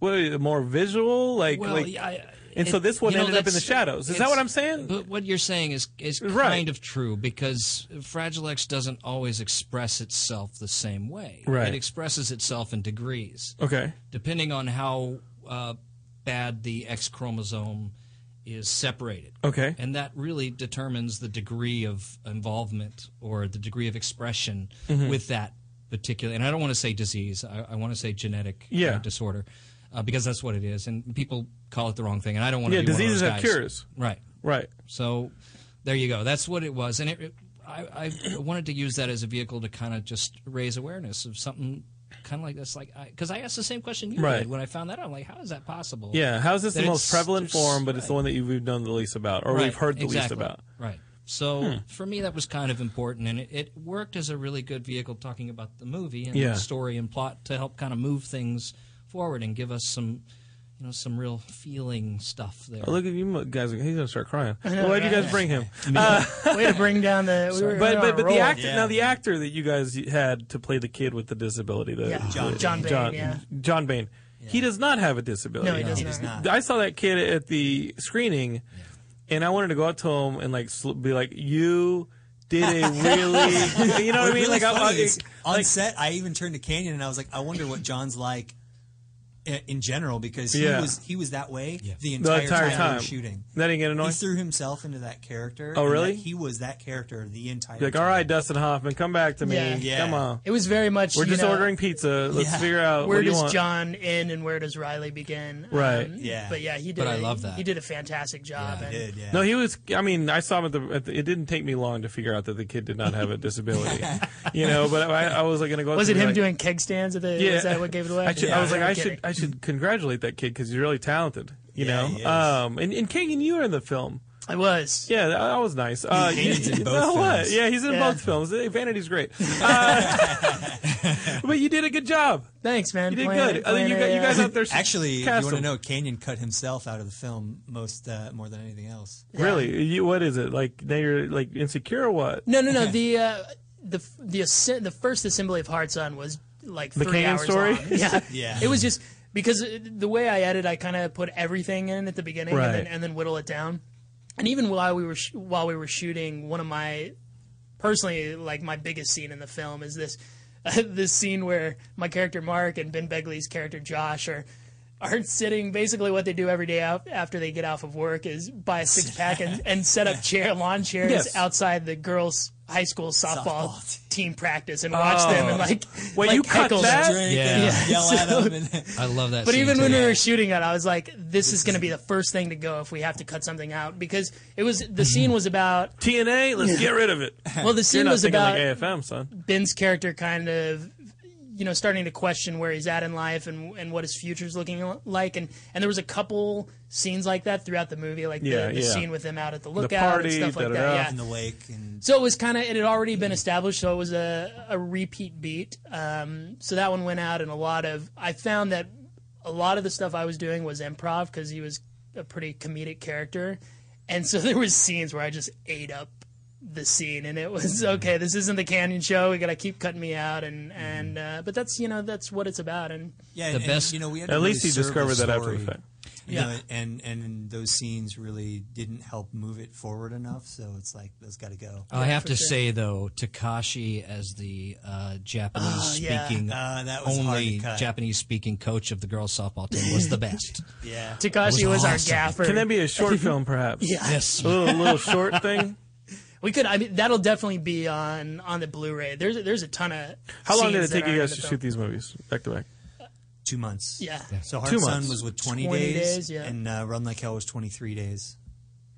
Speaker 5: What, is it, the more visual, like,
Speaker 7: Well,
Speaker 5: like
Speaker 7: yeah, I-
Speaker 5: and
Speaker 7: it-
Speaker 5: so this one
Speaker 7: you know,
Speaker 5: ended up in the
Speaker 7: that's-
Speaker 5: shadows. Is that
Speaker 7: it's-
Speaker 5: what I'm saying?
Speaker 7: But what you're saying is is kind
Speaker 5: Right.
Speaker 7: of true because Fragile X doesn't always express itself the same way.
Speaker 5: Right.
Speaker 7: It expresses itself in degrees,
Speaker 5: okay,
Speaker 7: depending on how uh, bad the X chromosome is separated.
Speaker 5: Okay.
Speaker 7: And that really determines the degree of involvement or the degree of expression
Speaker 5: Mm-hmm.
Speaker 7: with that particular. And I don't want to say disease. I, I want to say genetic uh,
Speaker 5: Yeah.
Speaker 7: disorder. Uh, because that's what it is, and people call it the wrong thing, and I don't want to
Speaker 5: Yeah,
Speaker 7: be one of
Speaker 5: diseases
Speaker 7: those
Speaker 5: have
Speaker 7: guys.
Speaker 5: cures.
Speaker 7: right?
Speaker 5: right.
Speaker 7: So there you go. That's what it was, and it, it- I, I wanted to use that as a vehicle to kind of just raise awareness of something kind of like this. Like, because I, asked the same question you
Speaker 5: Right.
Speaker 7: did when I found that out. I'm like, how is that possible?
Speaker 5: Yeah, how's this
Speaker 7: that
Speaker 5: the most
Speaker 7: it's-
Speaker 5: prevalent
Speaker 7: there's-
Speaker 5: form, but it's the one that you- we've known the least about, or we've
Speaker 7: Right,
Speaker 5: heard the least
Speaker 7: exactly.
Speaker 5: about? Hmm.
Speaker 7: Right. So for me, that was kind of important, and it, it worked as a really good vehicle talking about the movie and
Speaker 5: Yeah.
Speaker 7: the story and plot to help kind of move things forward and give us some, you know, some real feeling stuff there.
Speaker 5: Oh, look at you mo- guys! He's gonna start crying. Why'd you guys bring him? Uh,
Speaker 6: way to bring down the we were, we
Speaker 5: But
Speaker 6: were
Speaker 5: but but
Speaker 6: on a
Speaker 5: the
Speaker 6: roll.
Speaker 5: actor now the actor that you guys had to play the kid with the disability, the
Speaker 6: Yeah.
Speaker 5: John
Speaker 6: John John Bain,
Speaker 5: John,
Speaker 6: yeah.
Speaker 5: John Bain, he does not have a disability.
Speaker 6: no he doesn't
Speaker 3: It's not.
Speaker 5: I saw that kid at the screening, and I wanted to go up to him and like sl- be like, "You did
Speaker 3: *laughs*
Speaker 5: a really, you know what I mean?"
Speaker 3: Really
Speaker 5: like, I-
Speaker 3: funny
Speaker 5: I,
Speaker 3: is, on
Speaker 5: like
Speaker 3: set, I even turned to Canyon and I was like, I wonder what John's like i- in general because he
Speaker 5: Yeah.
Speaker 3: was he was that way the
Speaker 5: the
Speaker 3: entire,
Speaker 5: entire
Speaker 3: time, we
Speaker 5: time
Speaker 3: were shooting.
Speaker 5: That didn't get annoying.
Speaker 3: He threw himself into that character.
Speaker 5: Oh,
Speaker 3: and
Speaker 5: really?
Speaker 3: that He was that character the entire.
Speaker 5: Be like,
Speaker 3: time.
Speaker 5: all right, Dustin Hoffman, come back to me.
Speaker 6: Yeah.
Speaker 3: Yeah.
Speaker 5: Come on.
Speaker 6: it was very much
Speaker 5: We're
Speaker 6: you
Speaker 5: just
Speaker 6: know,
Speaker 5: ordering pizza. Let's
Speaker 3: Yeah.
Speaker 5: figure out
Speaker 6: where
Speaker 5: what do you
Speaker 6: does
Speaker 5: want.
Speaker 6: John end and where does Riley begin? Um,
Speaker 5: Right.
Speaker 3: Yeah.
Speaker 6: But yeah, he did.
Speaker 7: But
Speaker 6: a-
Speaker 7: I love that.
Speaker 6: He did a fantastic job. and
Speaker 3: Did, yeah.
Speaker 5: No, he was. I mean, I saw him at the, at the. It didn't take me long to figure out that the kid did not have a
Speaker 3: *laughs*
Speaker 5: disability. you know, but I, I was like going to go. up
Speaker 6: Was
Speaker 5: to
Speaker 6: it
Speaker 5: and
Speaker 6: him
Speaker 5: be like,
Speaker 6: doing keg stands? At the,
Speaker 5: Yeah.
Speaker 6: Was that what gave it away?
Speaker 5: I, should, I was like,
Speaker 6: I'm
Speaker 5: I
Speaker 6: kidding.
Speaker 5: should, I should congratulate that kid because he's really talented. You
Speaker 3: Yeah,
Speaker 5: know,
Speaker 3: he is.
Speaker 5: um, and and Kagan, you were in the film.
Speaker 6: I was.
Speaker 5: Yeah, that, that was nice. Uh,
Speaker 3: Kagan's
Speaker 5: you- *laughs*
Speaker 3: in both
Speaker 5: you know what?
Speaker 3: films.
Speaker 5: Yeah, he's in
Speaker 6: Yeah.
Speaker 5: both films. Eh, Vanity's great, uh, *laughs* but you did a good job.
Speaker 6: Thanks, man.
Speaker 5: You did
Speaker 6: Playing-
Speaker 5: good. I think you,
Speaker 6: playing
Speaker 5: got, you
Speaker 6: a,
Speaker 5: guys
Speaker 6: uh,
Speaker 5: out there. s-
Speaker 3: Actually, if you
Speaker 5: cast
Speaker 3: want to
Speaker 5: him.
Speaker 3: know? Canyon cut himself out of the film most uh, more than anything else.
Speaker 5: Really? You, what is it? Like now you're like insecure or what?
Speaker 6: No, no, no. The uh, the the assi- the first assembly of Hearts on was like
Speaker 5: The
Speaker 6: three
Speaker 5: Kanan
Speaker 6: hours
Speaker 5: story?
Speaker 6: long.
Speaker 5: *laughs*
Speaker 6: Yeah,
Speaker 3: Yeah.
Speaker 6: It was just because uh, the way I edit, I kind of put everything in at the beginning
Speaker 5: Right.
Speaker 6: and, then, and then whittle it down. And even while we were sh- while we were shooting, one of my personally like my biggest scene in the film *laughs* is this this scene where my character Mark and Ben Begley's character Josh are are sitting basically what they do every day out, after they get off of work is buy a six pack and, and set
Speaker 5: *laughs*
Speaker 6: up chair lawn chairs
Speaker 5: Yes.
Speaker 6: outside the girls' high school softball,
Speaker 9: Softball
Speaker 6: team practice and watch
Speaker 5: Oh.
Speaker 6: them and like
Speaker 5: When
Speaker 6: like
Speaker 5: you cut
Speaker 6: heckle them.
Speaker 5: that-
Speaker 9: drink
Speaker 7: Yeah.
Speaker 9: and
Speaker 7: Yeah,
Speaker 9: yell at
Speaker 6: so-
Speaker 9: them.
Speaker 6: *laughs*
Speaker 9: And
Speaker 7: I love that.
Speaker 6: But
Speaker 7: scene,
Speaker 6: even
Speaker 7: too.
Speaker 6: when we were shooting it, I was like, "This is going to be the first thing to go if we have to cut something out." Because it was the scene was about
Speaker 5: TNA, let's get rid of it.
Speaker 6: well, the
Speaker 5: You're
Speaker 6: scene
Speaker 5: not
Speaker 6: was
Speaker 5: thinking
Speaker 6: about
Speaker 5: like AFM, son.
Speaker 6: Ben's character kind of you know starting to question where he's at in life and and what his future's looking l- like and and there was a couple scenes like that throughout the movie like the,
Speaker 5: Yeah,
Speaker 6: the
Speaker 5: yeah.
Speaker 6: scene with him out at the lookout
Speaker 5: party,
Speaker 6: and stuff like
Speaker 5: da-da-da.
Speaker 6: that
Speaker 9: in
Speaker 6: yeah
Speaker 9: the wake and
Speaker 6: so it was kind of it had already been established so it was a a repeat beat um so that one went out and a lot of I found that a lot of the stuff I was doing was improv because he was a pretty comedic character and so *laughs* there was scenes where I just ate up the scene and it was okay this isn't the canyon show we gotta keep cutting me out and and uh, but that's you know that's what it's about and
Speaker 9: yeah,
Speaker 7: The
Speaker 9: and,
Speaker 7: best-
Speaker 9: You know, we had to
Speaker 5: At least
Speaker 9: really
Speaker 5: he
Speaker 9: serve the
Speaker 5: discovered that after the
Speaker 9: story.
Speaker 5: fact.
Speaker 9: You know,
Speaker 6: Yeah.
Speaker 9: and and those scenes really didn't help move it forward enough. So it's like those got to go.
Speaker 7: I have to say though, Takashi as the uh, Japanese
Speaker 6: yeah.
Speaker 7: speaking
Speaker 9: Uh, that was hard to
Speaker 7: only
Speaker 9: cut.
Speaker 7: Japanese speaking coach of the girls softball team was the best.
Speaker 9: *laughs* yeah,
Speaker 6: Takashi was, our gaffer
Speaker 5: Can that be a short film, perhaps? Yeah.
Speaker 7: yes.
Speaker 5: A little, little short thing.
Speaker 6: we could I mean that'll definitely be on on the Blu-ray there's there's a ton of
Speaker 5: How long did it
Speaker 6: scenes that
Speaker 5: take you
Speaker 6: aren't in
Speaker 5: guys
Speaker 6: the
Speaker 5: to
Speaker 6: film.
Speaker 5: shoot these movies back to back?
Speaker 9: two months.
Speaker 6: yeah
Speaker 9: So Hard
Speaker 5: Two
Speaker 9: Sun
Speaker 5: months.
Speaker 9: was with 20,
Speaker 6: 20
Speaker 9: days,
Speaker 6: days, yeah.
Speaker 9: and uh, Run Like Hell was 23 days.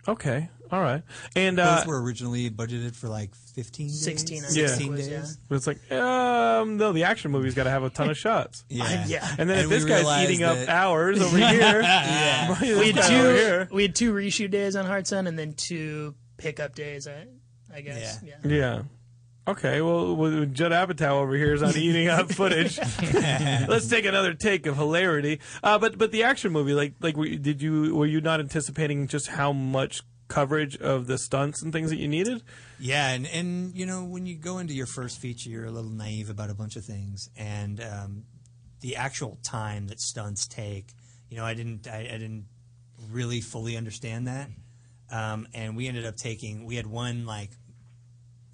Speaker 5: Okay. All right. And
Speaker 9: Those
Speaker 5: uh,
Speaker 9: were originally budgeted for like 15 days?
Speaker 6: 16, I think
Speaker 5: Yeah. it
Speaker 9: 16
Speaker 6: was,
Speaker 9: days.
Speaker 6: yeah.
Speaker 5: it's like, um, no, the action movie's got to have a ton of shots.
Speaker 9: Yeah.
Speaker 6: yeah. *laughs*
Speaker 5: And then if
Speaker 9: And
Speaker 5: this
Speaker 9: we
Speaker 5: guy's
Speaker 9: realized
Speaker 5: eating up
Speaker 9: that-
Speaker 5: hours over here, we *laughs*
Speaker 6: we had two we had two reshoot days on Hard Sun and then two pickup days. I, I guess. Yeah.
Speaker 9: Yeah.
Speaker 5: Yeah. Okay, well, well, Judd Apatow over here is not eating up footage. Let's take another take of hilarity. Uh, but but the action movie, like like were you, did you were you not anticipating just how much coverage of the stunts and things that you needed?
Speaker 9: Yeah, and, and you know when you go into your first feature, you're a little naive about a bunch of things, and um, the actual time that stunts take. You know, I didn't I, I didn't really fully understand that, um, and we ended up taking we had one like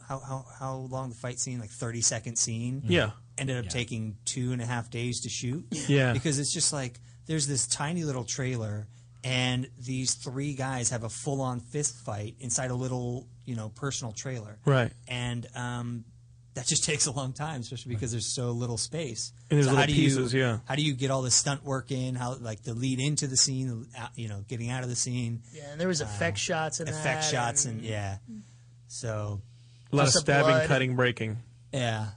Speaker 9: how how how long the fight scene like thirty second scene
Speaker 5: Yeah.
Speaker 9: ended up taking two and a half days to shoot.
Speaker 5: Yeah.
Speaker 9: Because it's just like there's this tiny little trailer and these three guys have a full on fist fight inside a little, you know, personal trailer.
Speaker 5: Right.
Speaker 9: And um that just *laughs* takes a long time, especially because there's so little space.
Speaker 5: And there's
Speaker 9: so
Speaker 5: little pieces,
Speaker 9: you,
Speaker 5: yeah.
Speaker 9: How do you get all the stunt work in? How like the lead into the scene, out- you know, getting out of the scene, Uh,
Speaker 6: Yeah, and there was effect shots and Mm.
Speaker 9: effect
Speaker 6: that
Speaker 9: shots, and yeah. So
Speaker 5: A lot of
Speaker 6: Just the
Speaker 5: stabbing,
Speaker 6: blood.
Speaker 5: cutting, breaking. *laughs*
Speaker 9: yeah,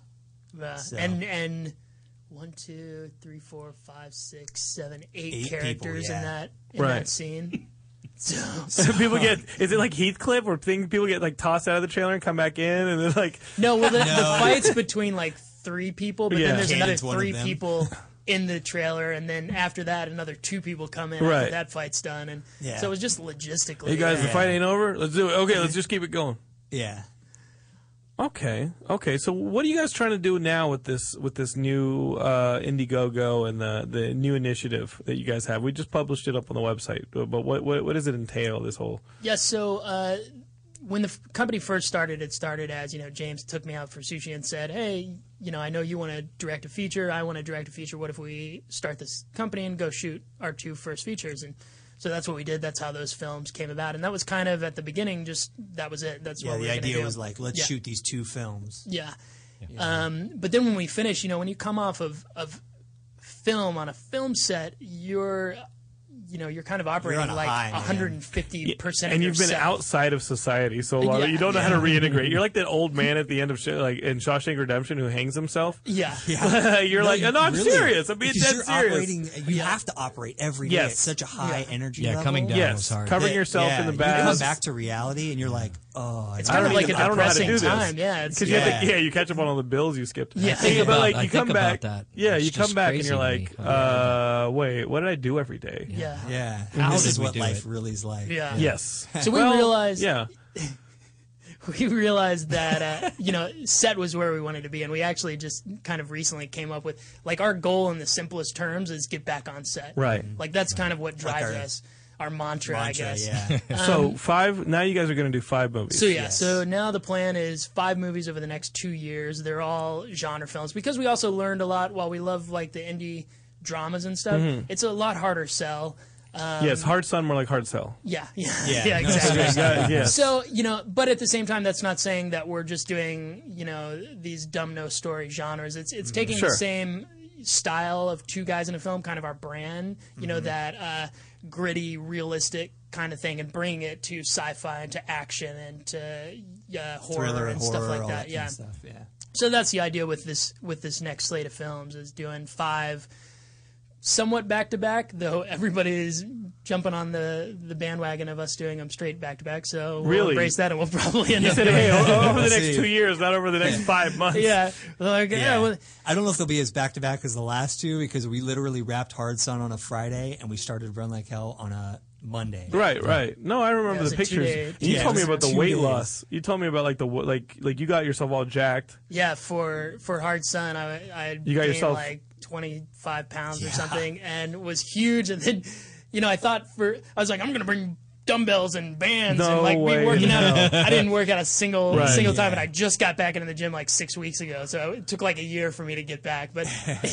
Speaker 6: and uh, and and one, two, three, four, five, six, seven,
Speaker 9: Eight
Speaker 6: eight
Speaker 9: people,
Speaker 6: characters
Speaker 9: yeah.
Speaker 6: in that in
Speaker 5: Right.
Speaker 6: that scene.
Speaker 9: *laughs*
Speaker 6: So
Speaker 5: people get is it like Heathcliff where thing, people get like tossed out of the trailer and come back in and they're like
Speaker 6: no, well the, the fights between like three people, but
Speaker 5: Yeah.
Speaker 6: then there's another
Speaker 9: Cannon's one of
Speaker 6: three
Speaker 9: them. *laughs*
Speaker 6: people. In the trailer, and then after that, another two people come in.
Speaker 5: Right.
Speaker 6: After that fight's done, and
Speaker 9: Yeah.
Speaker 6: so it was just logistically.
Speaker 5: Hey guys, the
Speaker 6: yeah.
Speaker 5: fight ain't over. Let's do it. Okay, let's just keep it going.
Speaker 9: yeah.
Speaker 5: Okay. Okay. So what are you guys trying to do now with this with this new uh, Indiegogo and the the new initiative that you guys have? We just published it up on the website, but, but what, what what does it entail? This whole
Speaker 6: Yes. So uh, when the f- company first started, it started as you know James took me out for sushi and said, "Hey, you know, I know you want to direct a feature. I want to direct a feature. What if we start this company and go shoot our two first features?" And so that's what we did. That's how those films came about. And that was kind of at the beginning. Just that was it. That's
Speaker 9: Yeah,
Speaker 6: what we
Speaker 9: the
Speaker 6: were gonna
Speaker 9: idea
Speaker 6: do.
Speaker 9: was like, let's
Speaker 6: Yeah.
Speaker 9: shoot these two films.
Speaker 6: Yeah. Um, but then when we finish, you know, when you come off of, of film on a film set, you're, you know, you're kind of operating
Speaker 9: on a
Speaker 6: like
Speaker 9: high, man.
Speaker 6: 150 percent.
Speaker 5: and you've been outside of society so long that you don't know how to reintegrate. You're like that old man at the end of Sh- like in Shawshank Redemption who hangs himself. *laughs*
Speaker 6: Yeah. *laughs*
Speaker 5: You're like, no, I'm
Speaker 9: really.
Speaker 5: serious. I'm being
Speaker 9: Because
Speaker 5: dead
Speaker 9: you're
Speaker 5: serious.
Speaker 9: Operating, you have to operate every day
Speaker 5: Yes.
Speaker 9: at such a high energy
Speaker 7: Yeah,
Speaker 9: level.
Speaker 7: coming down
Speaker 5: Yes,
Speaker 7: was hard.
Speaker 5: cover-
Speaker 9: that-
Speaker 5: Covering yourself in the
Speaker 9: You
Speaker 5: bath.
Speaker 9: come back to reality and you're like, oh,
Speaker 6: It's
Speaker 9: I
Speaker 6: kind
Speaker 5: don't
Speaker 6: of like
Speaker 5: even- I
Speaker 6: a
Speaker 5: don't know how to
Speaker 6: depressing
Speaker 5: do this.
Speaker 6: time. Yeah, it's,
Speaker 5: Because you have to,
Speaker 9: Yeah.
Speaker 5: yeah, you catch up on all the bills you skipped.
Speaker 6: Yeah. I
Speaker 5: But,
Speaker 6: think
Speaker 5: but
Speaker 7: about-
Speaker 5: like
Speaker 7: I
Speaker 5: you come
Speaker 7: think
Speaker 5: back,
Speaker 7: about that.
Speaker 5: yeah,
Speaker 7: It's
Speaker 5: you come
Speaker 7: just
Speaker 5: back and
Speaker 7: crazy
Speaker 5: you're
Speaker 7: to
Speaker 5: like,
Speaker 7: me.
Speaker 5: uh, wait, what did I do every day?
Speaker 6: yeah. yeah.
Speaker 9: yeah.
Speaker 7: How
Speaker 9: this
Speaker 7: did
Speaker 9: is
Speaker 7: we
Speaker 9: what
Speaker 7: do
Speaker 9: life
Speaker 7: it?
Speaker 9: really is like.
Speaker 5: Yes.
Speaker 6: So we realized
Speaker 5: Yeah.
Speaker 6: *laughs* we realized that uh, you know set was where we wanted to be, and we actually just kind of recently came up with like our goal in the simplest terms is get back on set.
Speaker 5: Right.
Speaker 6: Like that's kind of what drives
Speaker 9: our-
Speaker 6: us, our mantra,
Speaker 9: Mantra,
Speaker 6: I guess.
Speaker 9: yeah.
Speaker 5: so five. Now you guys are going to do five movies.
Speaker 6: So yeah, so now the plan is five movies over the next two years. They're all genre films because we also learned a lot while we love like the indie dramas and stuff, it's a lot harder sell.
Speaker 5: yes, hard sun more like hard sell.
Speaker 6: Yeah, *laughs* yeah, yeah,
Speaker 9: Yeah.
Speaker 6: exactly.
Speaker 5: Yeah, yes.
Speaker 6: So you know, but at the same time, that's not saying that we're just doing you know these dumb no story genres. It's
Speaker 9: Mm-hmm.
Speaker 6: it's taking
Speaker 5: Sure.
Speaker 6: the same style of two guys in a film, kind of our brand, you
Speaker 9: Mm-hmm.
Speaker 6: know, that uh, gritty, realistic kind of thing, and bringing it to sci-fi and to action and to uh, horror
Speaker 9: thriller
Speaker 6: and
Speaker 9: horror,
Speaker 6: stuff like
Speaker 9: all
Speaker 6: that.
Speaker 9: kind
Speaker 6: yeah.
Speaker 9: of stuff. Yeah.
Speaker 6: So that's the idea with this with this next slate of films is doing five somewhat back to back, though *laughs* everybody's jumping on the, the bandwagon of us doing them straight back to back. So we'll
Speaker 5: Really?
Speaker 6: embrace that and we'll *laughs* probably end up
Speaker 5: Said, hey, o- over the
Speaker 9: Let's
Speaker 5: next
Speaker 9: see.
Speaker 5: two years, not over the next five months.
Speaker 6: Yeah. Like, yeah. well,
Speaker 9: I don't know if they'll be as back to back as the last two because we literally wrapped Hard Sun on a Friday and we started Run Like Hell on a Monday.
Speaker 5: Right, right. No, I remember
Speaker 6: was
Speaker 5: the
Speaker 6: a two-day-
Speaker 5: pictures. You
Speaker 9: Yeah, it
Speaker 5: told me
Speaker 9: was
Speaker 5: about the
Speaker 9: two
Speaker 5: weight
Speaker 9: days.
Speaker 5: loss. You told me about like the wa- like like you got yourself all jacked.
Speaker 6: yeah, for for Hard Sun I I
Speaker 5: You got
Speaker 6: gained
Speaker 5: yourself-
Speaker 6: like twenty five pounds or something and was huge and then you know, I thought for I was like, I'm gonna bring dumbbells and bands and
Speaker 5: No
Speaker 6: like
Speaker 5: way,
Speaker 6: be working
Speaker 5: no.
Speaker 6: out. I didn't work out a single
Speaker 5: Right.
Speaker 6: single time, and I just got back into the gym like six weeks ago. So it took like a year for me to get back. But *laughs*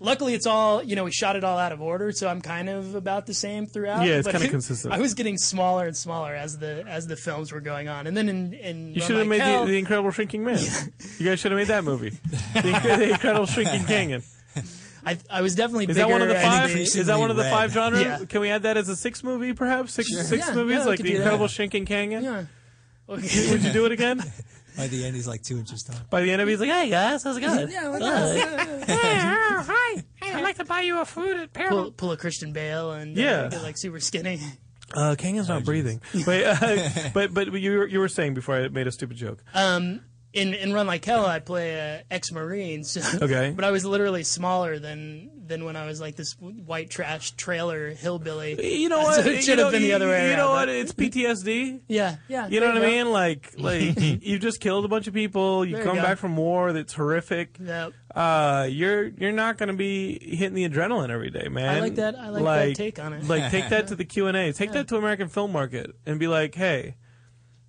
Speaker 6: luckily, it's all you know. We shot it all out of order, so I'm kind of about the same throughout.
Speaker 5: Yeah, it's
Speaker 6: But *laughs*
Speaker 5: kinda consistent.
Speaker 6: I was getting smaller and smaller as the as the films were going on, and then in in
Speaker 5: You
Speaker 6: Run
Speaker 5: should have
Speaker 6: Like
Speaker 5: made
Speaker 6: Hell-
Speaker 5: the, the Incredible Shrinking Man. you guys should have made that
Speaker 6: *laughs*
Speaker 5: movie. The, Inc- the Incredible Shrinking Kangen. Is
Speaker 6: I, I was definitely
Speaker 5: that one of the
Speaker 6: bigger and
Speaker 5: five?
Speaker 6: the-
Speaker 5: Is that one of the
Speaker 9: Increasingly
Speaker 5: five genres?
Speaker 6: Yeah.
Speaker 5: Can we add that as a six movie, perhaps? Six six
Speaker 6: Yeah,
Speaker 5: movies
Speaker 6: yeah, we
Speaker 5: like
Speaker 6: could
Speaker 5: the
Speaker 6: do that.
Speaker 5: Incredible Shrinking Kangen.
Speaker 6: Yeah. Okay.
Speaker 5: Would you do it
Speaker 6: *laughs*
Speaker 5: again?
Speaker 9: By the end, he's like two inches tall.
Speaker 5: By the end of it, he's like, "Hey guys, how's it going?
Speaker 6: Yeah, what the-
Speaker 5: hi, hey, I'd like to buy you a food at Paramount."
Speaker 6: pull, pull a Christian Bale and uh,
Speaker 5: Yeah.
Speaker 6: get like super skinny. *laughs*
Speaker 5: Uh, Kangen's not breathing. Wait, uh, *laughs* but but you were, you were saying before I made a stupid
Speaker 6: *laughs*
Speaker 5: joke.
Speaker 6: in in Run Like Hell, I play a ex-marine. So, *laughs*
Speaker 5: Okay.
Speaker 6: but I was literally smaller than than when I was like this white trash trailer hillbilly.
Speaker 5: you know
Speaker 6: So
Speaker 5: what?
Speaker 6: it
Speaker 5: You
Speaker 6: should
Speaker 5: know-
Speaker 6: have been the
Speaker 5: you-
Speaker 6: other way
Speaker 5: You know what?
Speaker 6: around, but-
Speaker 5: It's PTSD.
Speaker 6: Yeah, yeah.
Speaker 5: You know
Speaker 6: there
Speaker 5: what I
Speaker 6: go.
Speaker 5: mean? Like,
Speaker 6: *laughs*
Speaker 5: like you just killed a bunch of people. You
Speaker 6: There you
Speaker 5: come
Speaker 6: go.
Speaker 5: back from war that's horrific.
Speaker 6: Yep.
Speaker 5: Uh, you're you're not going to be hitting the adrenaline every day, man.
Speaker 6: I like that- I like that take on it.
Speaker 5: Like, take that to
Speaker 6: *laughs*
Speaker 5: the Q and A. Take that to American film market and be like, hey,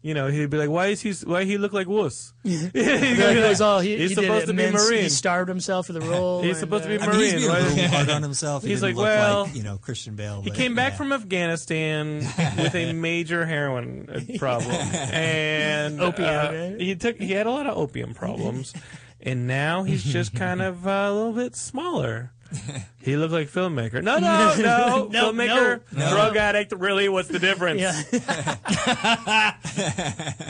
Speaker 5: you know, he'd be like, why is he? Why he look like
Speaker 6: *laughs*
Speaker 5: wuss? *laughs* He's gonna be
Speaker 6: Like, it
Speaker 5: like,
Speaker 6: was all he,
Speaker 5: he's
Speaker 6: he did
Speaker 5: supposed to be
Speaker 6: immense-
Speaker 5: marine.
Speaker 6: He starved
Speaker 5: *laughs*
Speaker 6: himself for the role.
Speaker 5: He's
Speaker 6: and,
Speaker 5: supposed to
Speaker 6: uh,
Speaker 5: be
Speaker 9: I mean, he's
Speaker 5: marine.
Speaker 9: being a little
Speaker 5: right?
Speaker 9: hard on
Speaker 5: *laughs*
Speaker 9: himself. He
Speaker 5: He's
Speaker 9: didn't
Speaker 5: like,
Speaker 9: look
Speaker 5: well-
Speaker 9: like, you know, Christian Bale.
Speaker 5: He came back from
Speaker 6: *laughs*
Speaker 5: Afghanistan with a major heroin uh, problem and
Speaker 6: Opium,
Speaker 5: uh,
Speaker 6: right?
Speaker 5: he took he had a lot of opium problems, and now he's just kind of uh, a little bit smaller. He looked like filmmaker. No,
Speaker 6: *laughs*
Speaker 5: no, no,
Speaker 6: No,
Speaker 5: filmmaker,
Speaker 6: no, no.
Speaker 5: drug addict. Really, what's the difference?
Speaker 6: Yeah.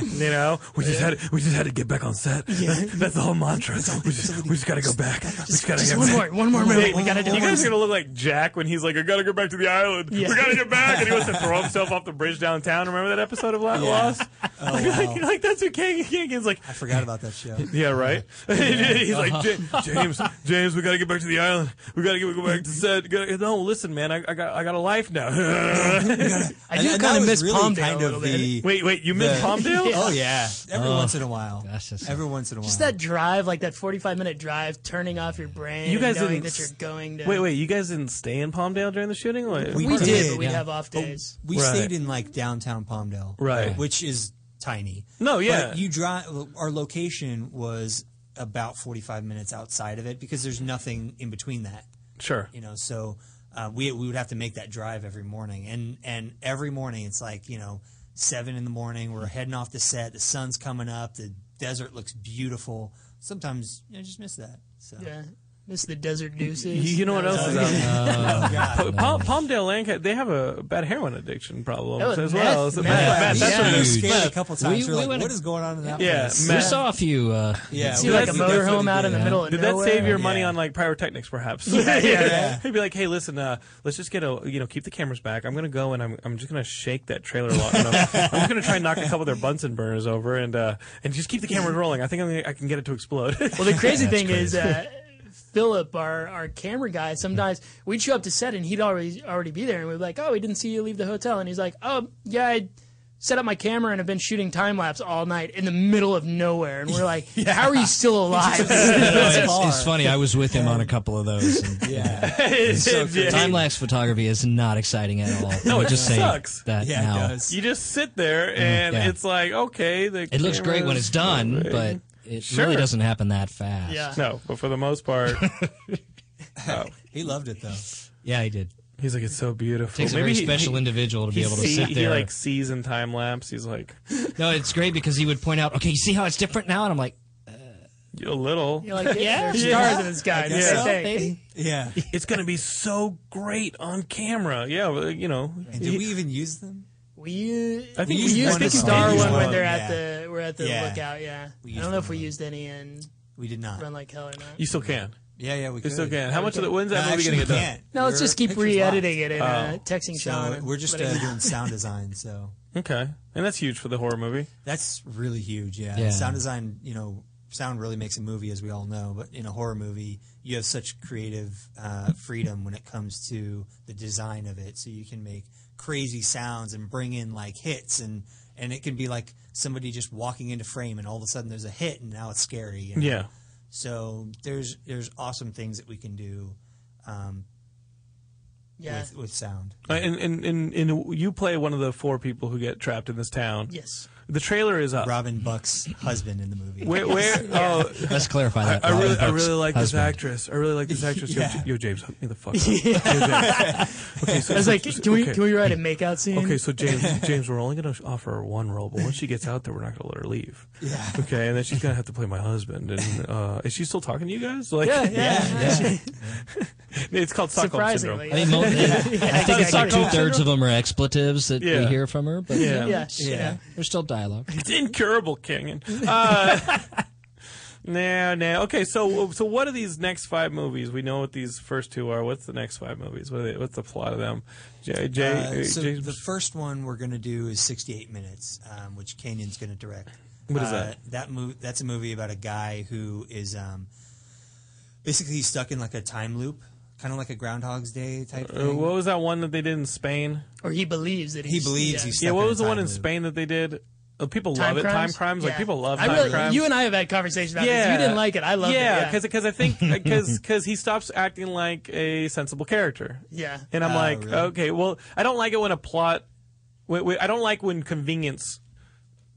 Speaker 5: You know, we just had we just had to get back on set. That's, that's the whole mantra. We just, we just got to go back. we just got to
Speaker 6: *laughs* Just
Speaker 5: get
Speaker 6: one
Speaker 5: back.
Speaker 6: more, one more movie. We gotta do.
Speaker 5: You
Speaker 6: one
Speaker 5: guys are
Speaker 6: more.
Speaker 5: gonna look like Jack when he's like, "I gotta go back to the island. We gotta get back," and he wants to
Speaker 9: *laughs*
Speaker 5: throw himself off the bridge downtown. Remember that episode of La- Lost? *laughs* like, like, like, that's who Kang Kangan's like.
Speaker 9: Oh, I forgot about that show.
Speaker 5: *laughs*
Speaker 9: Uh-huh. *laughs*
Speaker 5: Yeah, right. he's like, "Ja- James, James, we gotta get back to the island. We gotta get, go back to set. Gotta, no, listen, man, I, I got, I got a life now. *laughs*
Speaker 6: I do
Speaker 9: And- and
Speaker 6: kind
Speaker 9: that
Speaker 6: of
Speaker 9: was
Speaker 6: miss
Speaker 9: really
Speaker 6: Palmdale
Speaker 9: kind
Speaker 6: a
Speaker 9: of
Speaker 6: little bit.
Speaker 9: the-
Speaker 5: wait, wait, you missed Palmdale?
Speaker 9: Oh *laughs* yeah, every once in a while.
Speaker 7: that's just-
Speaker 9: every once in a while.
Speaker 6: Just that drive, like that forty-five minute drive, turning off your brain.
Speaker 5: You guys
Speaker 6: and knowing
Speaker 5: didn't
Speaker 6: that you're going to.
Speaker 5: Wait, wait, you guys didn't stay in Palmdale during the shooting? Like,
Speaker 9: We
Speaker 6: We did,
Speaker 9: did,
Speaker 6: but we
Speaker 9: yeah.
Speaker 6: have off days.
Speaker 9: we
Speaker 5: Right.
Speaker 9: stayed in like downtown Palmdale,
Speaker 5: Right.
Speaker 9: Which is tiny.
Speaker 5: No, yeah.
Speaker 9: But you drive. Our location was about forty-five minutes outside of it because there's nothing in between that.
Speaker 5: Sure.
Speaker 9: you know so uh, we we would have to make that drive every morning and and every morning it's like you know seven in the morning we're heading off the set the sun's coming up the desert looks beautiful sometimes you know, just miss that so
Speaker 6: Yeah. Miss the desert
Speaker 5: You,
Speaker 6: deuces.
Speaker 5: you know what
Speaker 6: That
Speaker 5: else
Speaker 6: was
Speaker 5: is
Speaker 6: all-
Speaker 5: out? *laughs* Pa- Pal- Palmdale Lancaster, they have a bad heroin addiction problem
Speaker 6: Oh,
Speaker 5: as
Speaker 6: meth-
Speaker 5: well. So
Speaker 6: meth-
Speaker 5: meth-
Speaker 9: Yeah,
Speaker 5: meth,
Speaker 9: we
Speaker 5: that's what
Speaker 9: were
Speaker 5: it is.
Speaker 9: scared a couple times.
Speaker 7: We-
Speaker 9: We,
Speaker 7: we
Speaker 9: are like,
Speaker 7: went-
Speaker 9: what is going on in that
Speaker 5: Yeah,
Speaker 9: place?
Speaker 7: We
Speaker 5: meth.
Speaker 7: saw a few. Uh,
Speaker 9: *laughs* Yeah,
Speaker 6: See,
Speaker 9: we
Speaker 6: like a
Speaker 9: definitely
Speaker 6: motorhome
Speaker 9: did
Speaker 6: out in the
Speaker 9: that.
Speaker 6: middle of
Speaker 5: Did that
Speaker 6: nowhere.
Speaker 5: save your
Speaker 9: Yeah.
Speaker 5: money on like pyrotechnics, perhaps?
Speaker 6: Yeah, yeah.
Speaker 5: He'd be like, "Hey, listen, uh, let's just get a you know keep the cameras back. I'm gonna go and I'm, I'm just gonna shake that trailer a lot. You know, I'm just gonna try and knock a couple of their Bunsen burners over and uh, and just keep the camera rolling. I think I'm gonna, I can get it to explode. *laughs*
Speaker 6: Well, the crazy thing is, uh, Philip, our, our camera guy, sometimes we'd show up to set and he'd already already be there, and we'd be like, "Oh, we didn't see you leave the hotel," and he's like, "Oh, yeah, I set up my camera and have been shooting time lapse all night in the middle of nowhere," and
Speaker 9: *laughs*
Speaker 6: we're like, "How are you still alive?" *laughs*
Speaker 7: it's, it's funny. I was with him on a couple of those. and-
Speaker 9: *laughs*
Speaker 5: Yeah.
Speaker 7: Time lapse photography is not exciting at all.
Speaker 5: No,
Speaker 7: I'm
Speaker 5: it
Speaker 7: just saying
Speaker 5: sucks.
Speaker 7: That
Speaker 9: Yeah,
Speaker 7: now.
Speaker 9: it does.
Speaker 5: You just sit there and
Speaker 7: Oh, yeah.
Speaker 5: it's like, okay, the
Speaker 7: It looks great
Speaker 5: camera's-
Speaker 7: when it's done, but it
Speaker 5: Sure.
Speaker 7: really doesn't happen that fast.
Speaker 6: Yeah.
Speaker 7: *laughs*
Speaker 5: No, but for the most part,
Speaker 9: He loved it though.
Speaker 7: Yeah, he did.
Speaker 5: He's like, it's so beautiful.
Speaker 7: Takes a very
Speaker 5: he-
Speaker 7: special
Speaker 5: he,
Speaker 7: individual to be
Speaker 5: he
Speaker 7: able to
Speaker 5: see-
Speaker 7: sit
Speaker 5: He
Speaker 7: there.
Speaker 5: like sees in time lapse. He's like,
Speaker 7: no, it's great because he would point out, okay, you see how it's different now, and I'm like,
Speaker 5: a little.
Speaker 6: You're like, yeah, there's
Speaker 5: Yeah.
Speaker 6: stars in the sky.
Speaker 9: guess
Speaker 6: Yeah.
Speaker 9: so.
Speaker 7: baby.
Speaker 9: Yeah.
Speaker 5: It's gonna be so great on camera. Yeah, well, you know.
Speaker 9: And did we even use them?
Speaker 6: We,
Speaker 5: I think
Speaker 6: we
Speaker 5: we used
Speaker 6: used
Speaker 5: one
Speaker 6: the
Speaker 5: to
Speaker 6: star
Speaker 5: use
Speaker 6: one when
Speaker 5: one,
Speaker 6: they're
Speaker 9: yeah.
Speaker 6: at the we're at the
Speaker 9: Yeah.
Speaker 6: lookout. Yeah, I
Speaker 9: used
Speaker 6: don't know if
Speaker 9: one.
Speaker 6: we used any in
Speaker 9: We did not.
Speaker 6: Run Like Hell or not.
Speaker 5: You still can.
Speaker 9: Yeah, yeah, we
Speaker 5: You
Speaker 9: could.
Speaker 5: still can. How much of the when's
Speaker 9: No,
Speaker 5: that movie
Speaker 9: actually,
Speaker 5: gonna
Speaker 9: we
Speaker 5: get done?
Speaker 9: can't.
Speaker 6: no, let's
Speaker 9: Your
Speaker 6: just keep
Speaker 9: picture's
Speaker 6: re-editing
Speaker 9: locked. Oh.
Speaker 6: it and uh, texting Sean.
Speaker 9: So
Speaker 6: and
Speaker 9: we're just uh,
Speaker 6: letting-
Speaker 9: doing sound design. So
Speaker 5: Okay, and that's huge for the horror movie.
Speaker 9: that's really huge. Yeah.
Speaker 7: Yeah.
Speaker 9: Sound design. You know, sound really makes a movie, as we all know. But in a horror movie, you have such creative uh, freedom when it comes to the design of it. So you can make crazy sounds and bring in like hits and. And it can be like somebody just walking into frame, and all of a sudden there's a hit, and now it's scary. you know?
Speaker 5: Yeah.
Speaker 9: So there's there's awesome things that we can do um,
Speaker 6: yeah.
Speaker 9: with with sound.
Speaker 5: Uh, And, and and and you play one of the four people who get trapped in this town.
Speaker 6: yes.
Speaker 5: The trailer is up.
Speaker 9: Robin Buck's husband in the movie.
Speaker 5: Where,
Speaker 7: *laughs*
Speaker 5: where oh,
Speaker 7: Let's clarify
Speaker 5: I,
Speaker 7: that.
Speaker 5: I really,
Speaker 7: Robin
Speaker 5: I
Speaker 7: Hook's
Speaker 5: really like
Speaker 7: husband.
Speaker 5: this actress. I really like this actress. Yo,
Speaker 9: Yeah.
Speaker 5: J- Yo, James, hook me the
Speaker 6: *laughs*
Speaker 5: fuck up. Yo, James. Okay, so,
Speaker 6: I was
Speaker 5: so-
Speaker 6: like,
Speaker 5: *laughs* so-
Speaker 6: can we
Speaker 5: okay.
Speaker 6: can we write a makeout scene?
Speaker 5: Okay,
Speaker 6: *laughs*
Speaker 5: so James, James, we're only going to offer her one role, but once she gets out there, we're not going to let her leave. Yeah. Okay, and then she's going to have to play my husband. And uh, is she still talking to you guys? Like,
Speaker 6: yeah, yeah.
Speaker 5: *laughs*
Speaker 6: *laughs*
Speaker 5: it's called Stockholm syndrome.
Speaker 6: Surprisingly,
Speaker 7: I mean,
Speaker 5: *laughs*
Speaker 7: mo- I think it's like two
Speaker 5: Stockholm
Speaker 7: thirds of them are expletives that we
Speaker 5: Yeah.
Speaker 7: hear from her, but
Speaker 5: Yeah.
Speaker 6: yeah, yeah.
Speaker 9: Yeah.
Speaker 7: there's still dialogue.
Speaker 5: *laughs* It's incurable, King.
Speaker 6: *laughs*
Speaker 5: Uh, *laughs* no, no. Okay, so so what are these next five movies? We know what these first two are. What's the next five movies? What are they, what's the plot of them? Jay, Jay,
Speaker 9: Uh, so
Speaker 5: Jay-
Speaker 9: the first one we're going to do is 68 minutes, um, which Kanan's going to direct. Uh,
Speaker 5: What is that?
Speaker 9: That movie. That's a movie about a guy who is um, basically he's stuck in like a time loop, kind of like a Groundhog's Day type
Speaker 5: uh,
Speaker 9: thing.
Speaker 5: what was that one that they did in Spain?
Speaker 6: Or he believes that
Speaker 9: he believes he's stuck
Speaker 5: yeah, what
Speaker 9: in a
Speaker 5: was the
Speaker 9: time
Speaker 5: one in
Speaker 9: loop.
Speaker 5: Spain that they did? Uh, people love it. Time crimes, like
Speaker 6: Yeah.
Speaker 5: people love
Speaker 6: I
Speaker 5: time
Speaker 6: really-
Speaker 5: crimes.
Speaker 6: You and I have had conversations about this. You didn't like it. I loved it.
Speaker 5: yeah, because I think *laughs* because because he stops acting like a sensible character.
Speaker 6: Yeah.
Speaker 5: and I'm
Speaker 9: Oh,
Speaker 5: like,
Speaker 9: really?
Speaker 5: okay, well, I don't like it when a plot. Wait, wait, I don't like when convenience.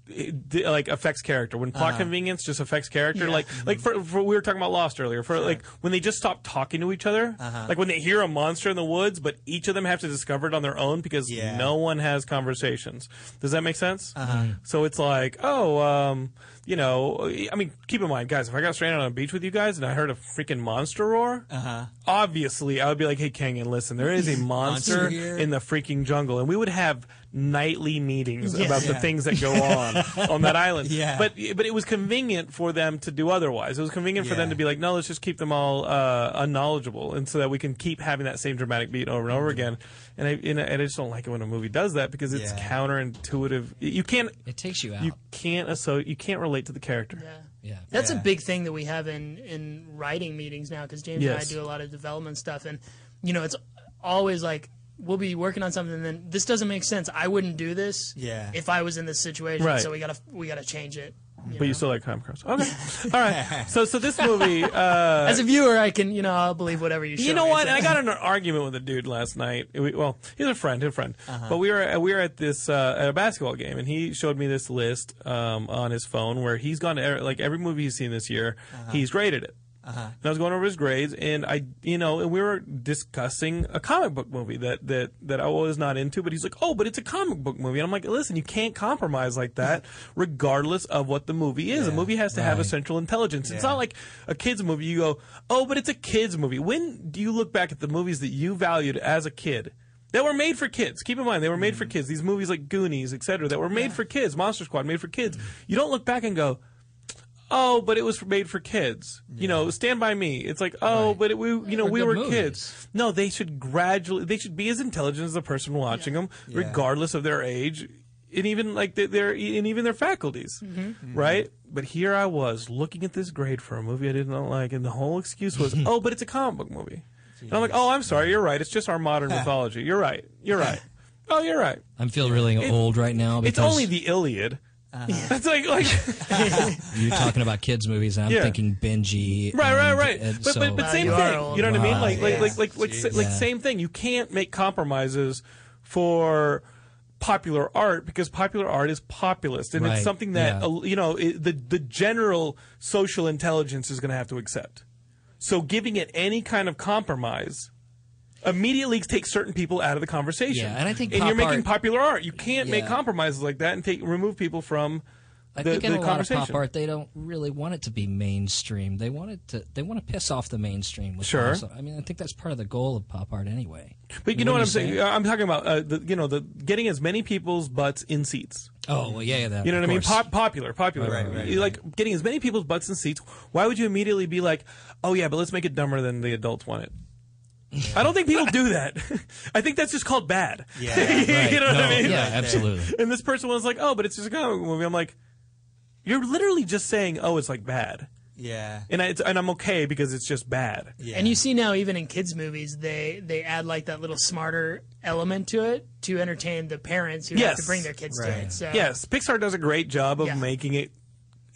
Speaker 5: it d- like affects character when
Speaker 9: Uh-huh.
Speaker 5: plot convenience just affects character
Speaker 6: Yeah.
Speaker 5: like like for, for we were talking about lost earlier for like when they just stop talking to each other
Speaker 9: Uh-huh.
Speaker 5: like when they hear a monster in the woods but each of them have to discover it on their own because
Speaker 9: Yeah. Uh-huh.
Speaker 5: no one has conversations does that make sense so it's like oh um you know i mean keep in mind guys if i got stranded on a beach with you guys and i heard a freaking monster roar
Speaker 9: Uh-huh.
Speaker 5: obviously I would be like, hey, Kangan, listen, there is a monster,
Speaker 9: *laughs* Monster here.
Speaker 5: in the freaking jungle, and we would have nightly meetings
Speaker 6: Yes.
Speaker 5: about the
Speaker 9: Yeah.
Speaker 5: things that go on on that
Speaker 9: *laughs*
Speaker 5: island.
Speaker 9: Yeah.
Speaker 5: But but it was convenient for them to do otherwise. It was convenient for them
Speaker 9: Yeah.
Speaker 5: to be like, no, let's just keep them all uh, unknowledgeable, and so that we can keep having that same dramatic beat over and over again. And I and I, and I just don't like it when a movie does that because it's
Speaker 9: Mm-hmm. Yeah.
Speaker 5: counterintuitive. You can't
Speaker 7: It takes you out.
Speaker 5: you can't asso- you can't relate to the character.
Speaker 6: Yeah.
Speaker 7: yeah.
Speaker 6: That's a
Speaker 9: Yeah.
Speaker 6: big thing that we have in in writing meetings now because James and I
Speaker 5: Yes.
Speaker 6: do a lot of development stuff, and you know it's always like we'll be working on something, and then this doesn't make sense. I wouldn't do this,
Speaker 9: Yeah.
Speaker 6: if I was in this situation.
Speaker 5: Right.
Speaker 6: So we gotta we gotta change it.
Speaker 5: But you still like Time Cross. Okay,
Speaker 9: *laughs*
Speaker 5: all right. So so this movie. Uh,
Speaker 6: As a viewer, I can you know I'll believe whatever you. Show
Speaker 5: You know
Speaker 6: me,
Speaker 5: what?
Speaker 6: so-
Speaker 5: I got in an argument with a dude last night. We, well, he's a friend, he's a friend. But we were we were at this uh, at a basketball game, and he showed me this list um, on his phone where he's gone to er- like every movie he's seen this year. He's graded it. And I was going over his grades, and I, you know, and we were discussing a comic book movie that that that I was not into. But he's like, "Oh, but it's a comic book movie," and I'm like, "Listen, you can't compromise like that, regardless of what the movie is. a movie has to have a central intelligence. It's
Speaker 9: Yeah.
Speaker 5: not like a kids movie. You go, "Oh, but it's a kids movie." When do you look back at the movies that you valued as a kid? That were made for kids. Keep in mind, they were made for kids. These movies like Goonies, et cetera, that were made for kids. Monster Squad, made for kids. You don't look back and go, oh, but it was made for kids. You know, Stand by Me. It's like, oh, but it, we, you know,
Speaker 7: were
Speaker 5: we
Speaker 7: good
Speaker 5: were
Speaker 7: movies.
Speaker 5: kids. No, they should gradually. They should be as intelligent as the person watching them, regardless of their age, and even like their- their and even their faculties,
Speaker 7: Mm-hmm.
Speaker 5: right? But here I was looking at this grade for a movie I didn't like, and the whole excuse
Speaker 7: *laughs*
Speaker 5: was, oh, but it's a comic book movie. And I'm like, oh, I'm sorry, you're right. It's just our
Speaker 7: *laughs*
Speaker 5: modern mythology. You're right. You're right. Oh, you're right.
Speaker 7: I'm feeling really old right now
Speaker 5: It's
Speaker 7: because
Speaker 5: only the Iliad.
Speaker 7: Uh-huh.
Speaker 5: *laughs* It's like like. *laughs*
Speaker 7: you're talking about kids movies, and I'm
Speaker 5: Yeah.
Speaker 7: thinking Benji.
Speaker 5: Right, right,
Speaker 7: and-
Speaker 5: right.
Speaker 7: and
Speaker 5: but,
Speaker 7: so-
Speaker 5: but but same
Speaker 6: you are
Speaker 5: thing.
Speaker 6: old.
Speaker 5: You know what I mean?
Speaker 7: Wow.
Speaker 5: Like like
Speaker 9: Yeah.
Speaker 5: like like like, sa- like
Speaker 7: Yeah.
Speaker 5: same thing. You can't make compromises for popular art because popular art is populist and
Speaker 7: Right,
Speaker 5: it's something that
Speaker 7: yeah.
Speaker 5: uh, you know it, the the general social intelligence is going to have to accept. So giving it any kind of compromise immediately takes certain people out of the conversation.
Speaker 7: Yeah, and I think
Speaker 5: and you're
Speaker 7: pop
Speaker 5: making
Speaker 7: art-
Speaker 5: popular art. You can't make
Speaker 7: Yeah.
Speaker 5: compromises like that and take remove people from
Speaker 7: I
Speaker 5: the,
Speaker 7: think in
Speaker 5: the
Speaker 7: a lot of
Speaker 5: conversation.
Speaker 7: pop art, they don't really want it to be mainstream. They want it to. They want to piss off the mainstream. With
Speaker 5: Sure.
Speaker 7: pop- I mean, I think that's part of the goal of pop art anyway.
Speaker 5: But you know what,
Speaker 7: What are
Speaker 5: I'm
Speaker 7: you
Speaker 5: saying?
Speaker 7: saying?
Speaker 5: I'm talking about uh, the, you know the getting as many people's butts in seats.
Speaker 7: Oh well, yeah, yeah, that.
Speaker 5: You know
Speaker 7: of
Speaker 5: what I mean?
Speaker 7: course.
Speaker 5: Pop, popular, popular.
Speaker 7: Right, right, right,
Speaker 5: You like getting as many people's butts in seats. Why would you immediately be like, "Oh yeah, but let's make it dumber than the adults want it"? I don't
Speaker 7: *laughs*
Speaker 5: think people do that. *laughs* I think that's just called bad.
Speaker 9: Yeah,
Speaker 7: Right,
Speaker 5: *laughs* you know what
Speaker 7: no,
Speaker 5: I mean?
Speaker 7: Yeah, absolutely.
Speaker 5: And this person was like, "Oh, but it's just a comic book movie." I'm like, "You're literally just saying, oh, it's like bad,'
Speaker 9: yeah.
Speaker 5: and I, it's, and I'm okay because it's just bad."
Speaker 9: yeah.
Speaker 6: And you see now, even in kids' movies, they they add like that little smarter element to it to entertain the parents who have
Speaker 5: Yes.
Speaker 6: to bring their kids to it. So
Speaker 5: Yes, Pixar does a great job of
Speaker 6: Yeah.
Speaker 5: making it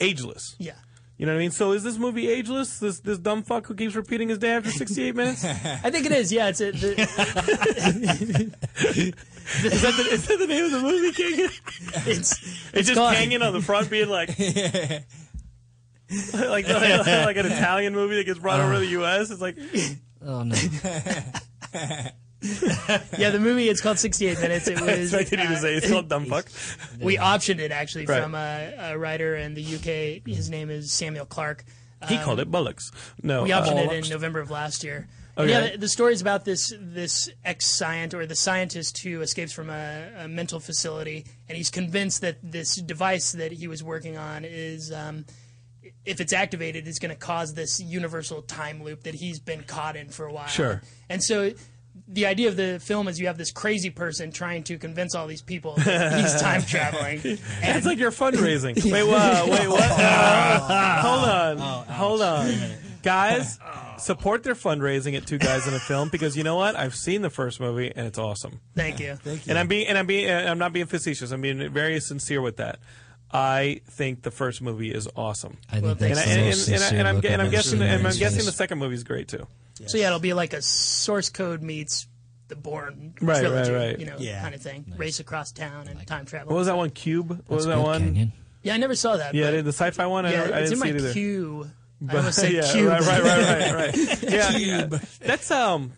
Speaker 5: ageless.
Speaker 6: yeah,
Speaker 5: You know what I mean? So is this movie ageless? This this dumb fuck who keeps repeating his day after 68 minutes? *laughs* is,
Speaker 6: I think it is. Yeah, it's
Speaker 5: *laughs*
Speaker 6: a, the, *laughs*
Speaker 5: that the, is that the name of the movie, King?
Speaker 6: it's
Speaker 5: It's just
Speaker 6: called-
Speaker 5: hanging on the front, being like. *laughs* like, like like an Italian movie that gets brought over to the U.S. It's like
Speaker 7: Oh no.
Speaker 6: yeah the movie. It's called 68 Minutes.
Speaker 5: *laughs*
Speaker 6: It was.
Speaker 5: expected you to
Speaker 6: uh,
Speaker 5: say *laughs* it's called dumb fuck.
Speaker 6: we optioned it actually
Speaker 5: Right.
Speaker 6: from a, a writer in the UK. His name is Samuel Clark.
Speaker 5: He called it bullocks. No,
Speaker 6: We
Speaker 5: uh,
Speaker 6: optioned it in
Speaker 5: bollocks.
Speaker 6: November of last year.
Speaker 5: Okay.
Speaker 6: Yeah, the, the story is about this this ex scient or the scientist who escapes from a, a mental facility, and he's convinced that this device that he was working on is, um, if it's activated, is going to cause this universal time loop that he's been caught in for a while.
Speaker 5: Sure.
Speaker 6: And so. The idea of the film is you have this crazy person trying to convince all these people that
Speaker 5: *laughs*
Speaker 6: he's time traveling. And
Speaker 5: It's like you're fundraising.
Speaker 6: *laughs*
Speaker 5: wait, whoa, wait, what? Uh,
Speaker 6: Oh,
Speaker 5: hold on, hold
Speaker 6: *laughs*
Speaker 5: on, guys. Support their fundraising at Two Guys in a Film because you know what? I've seen the first movie and it's awesome.
Speaker 6: thank you.
Speaker 5: And I'm being and I'm being and I'm not being facetious. I'm being very sincere with that. I think the first movie is awesome.
Speaker 7: I think
Speaker 5: and,
Speaker 7: that's
Speaker 5: I,
Speaker 7: the
Speaker 5: and,
Speaker 7: most
Speaker 5: and, and, I,
Speaker 7: sincere
Speaker 5: and I'm,
Speaker 7: look
Speaker 5: gu- and I'm
Speaker 7: I've ever
Speaker 5: guessing
Speaker 7: seen
Speaker 5: and
Speaker 7: in
Speaker 5: I'm
Speaker 7: his
Speaker 5: guessing
Speaker 7: face.
Speaker 5: the second movie is great too.
Speaker 6: So yeah, it'll be like a source code meets the Bourne
Speaker 5: Right,
Speaker 6: trilogy,
Speaker 5: right, right.
Speaker 6: you know,
Speaker 9: Yeah.
Speaker 6: kind of thing. Race across town and time travel.
Speaker 5: What was that one? Cube. What was
Speaker 7: That's
Speaker 5: that
Speaker 7: good,
Speaker 5: one?
Speaker 7: Kenyon.
Speaker 6: Yeah, I never saw that.
Speaker 5: Yeah,
Speaker 6: but-
Speaker 5: the sci-fi one. I,
Speaker 6: yeah,
Speaker 5: never- I
Speaker 6: it's
Speaker 5: didn't
Speaker 6: in
Speaker 5: see
Speaker 6: my
Speaker 5: it either.
Speaker 6: queue. I almost
Speaker 5: *laughs*
Speaker 6: said
Speaker 5: yeah,
Speaker 6: cube.
Speaker 5: Right, right, right, right,
Speaker 6: *laughs*
Speaker 5: right. Yeah, yeah. That's um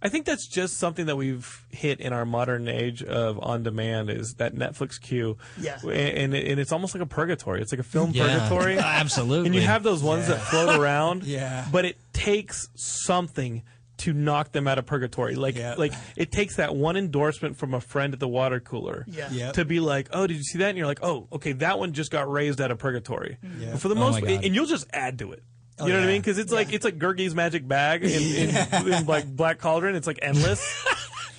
Speaker 5: I think that's just something that we've hit in our modern age of on demand is that Netflix queue.
Speaker 6: Yeah.
Speaker 5: And and, it- and it's almost like a purgatory. It's like a film
Speaker 7: Yeah,
Speaker 5: purgatory.
Speaker 7: *laughs* absolutely.
Speaker 5: And you have those ones that
Speaker 9: *laughs*
Speaker 5: float around.
Speaker 9: Yeah.
Speaker 5: But it takes something to knock them out of purgatory. Like
Speaker 9: Yeah.
Speaker 5: like it takes that one endorsement from a friend at the water cooler
Speaker 6: Yeah.
Speaker 9: Yep.
Speaker 5: to be like, Oh, did you see that? And you're like, Oh, okay, that one just got raised out of purgatory. But For the
Speaker 7: Oh
Speaker 5: most
Speaker 7: my God. Oh,
Speaker 5: and you'll just add to it. You know what I
Speaker 9: yeah.
Speaker 5: mean? Because it's like it's like Gurgi's magic bag in, in, *laughs* in like Black Cauldron. It's like endless.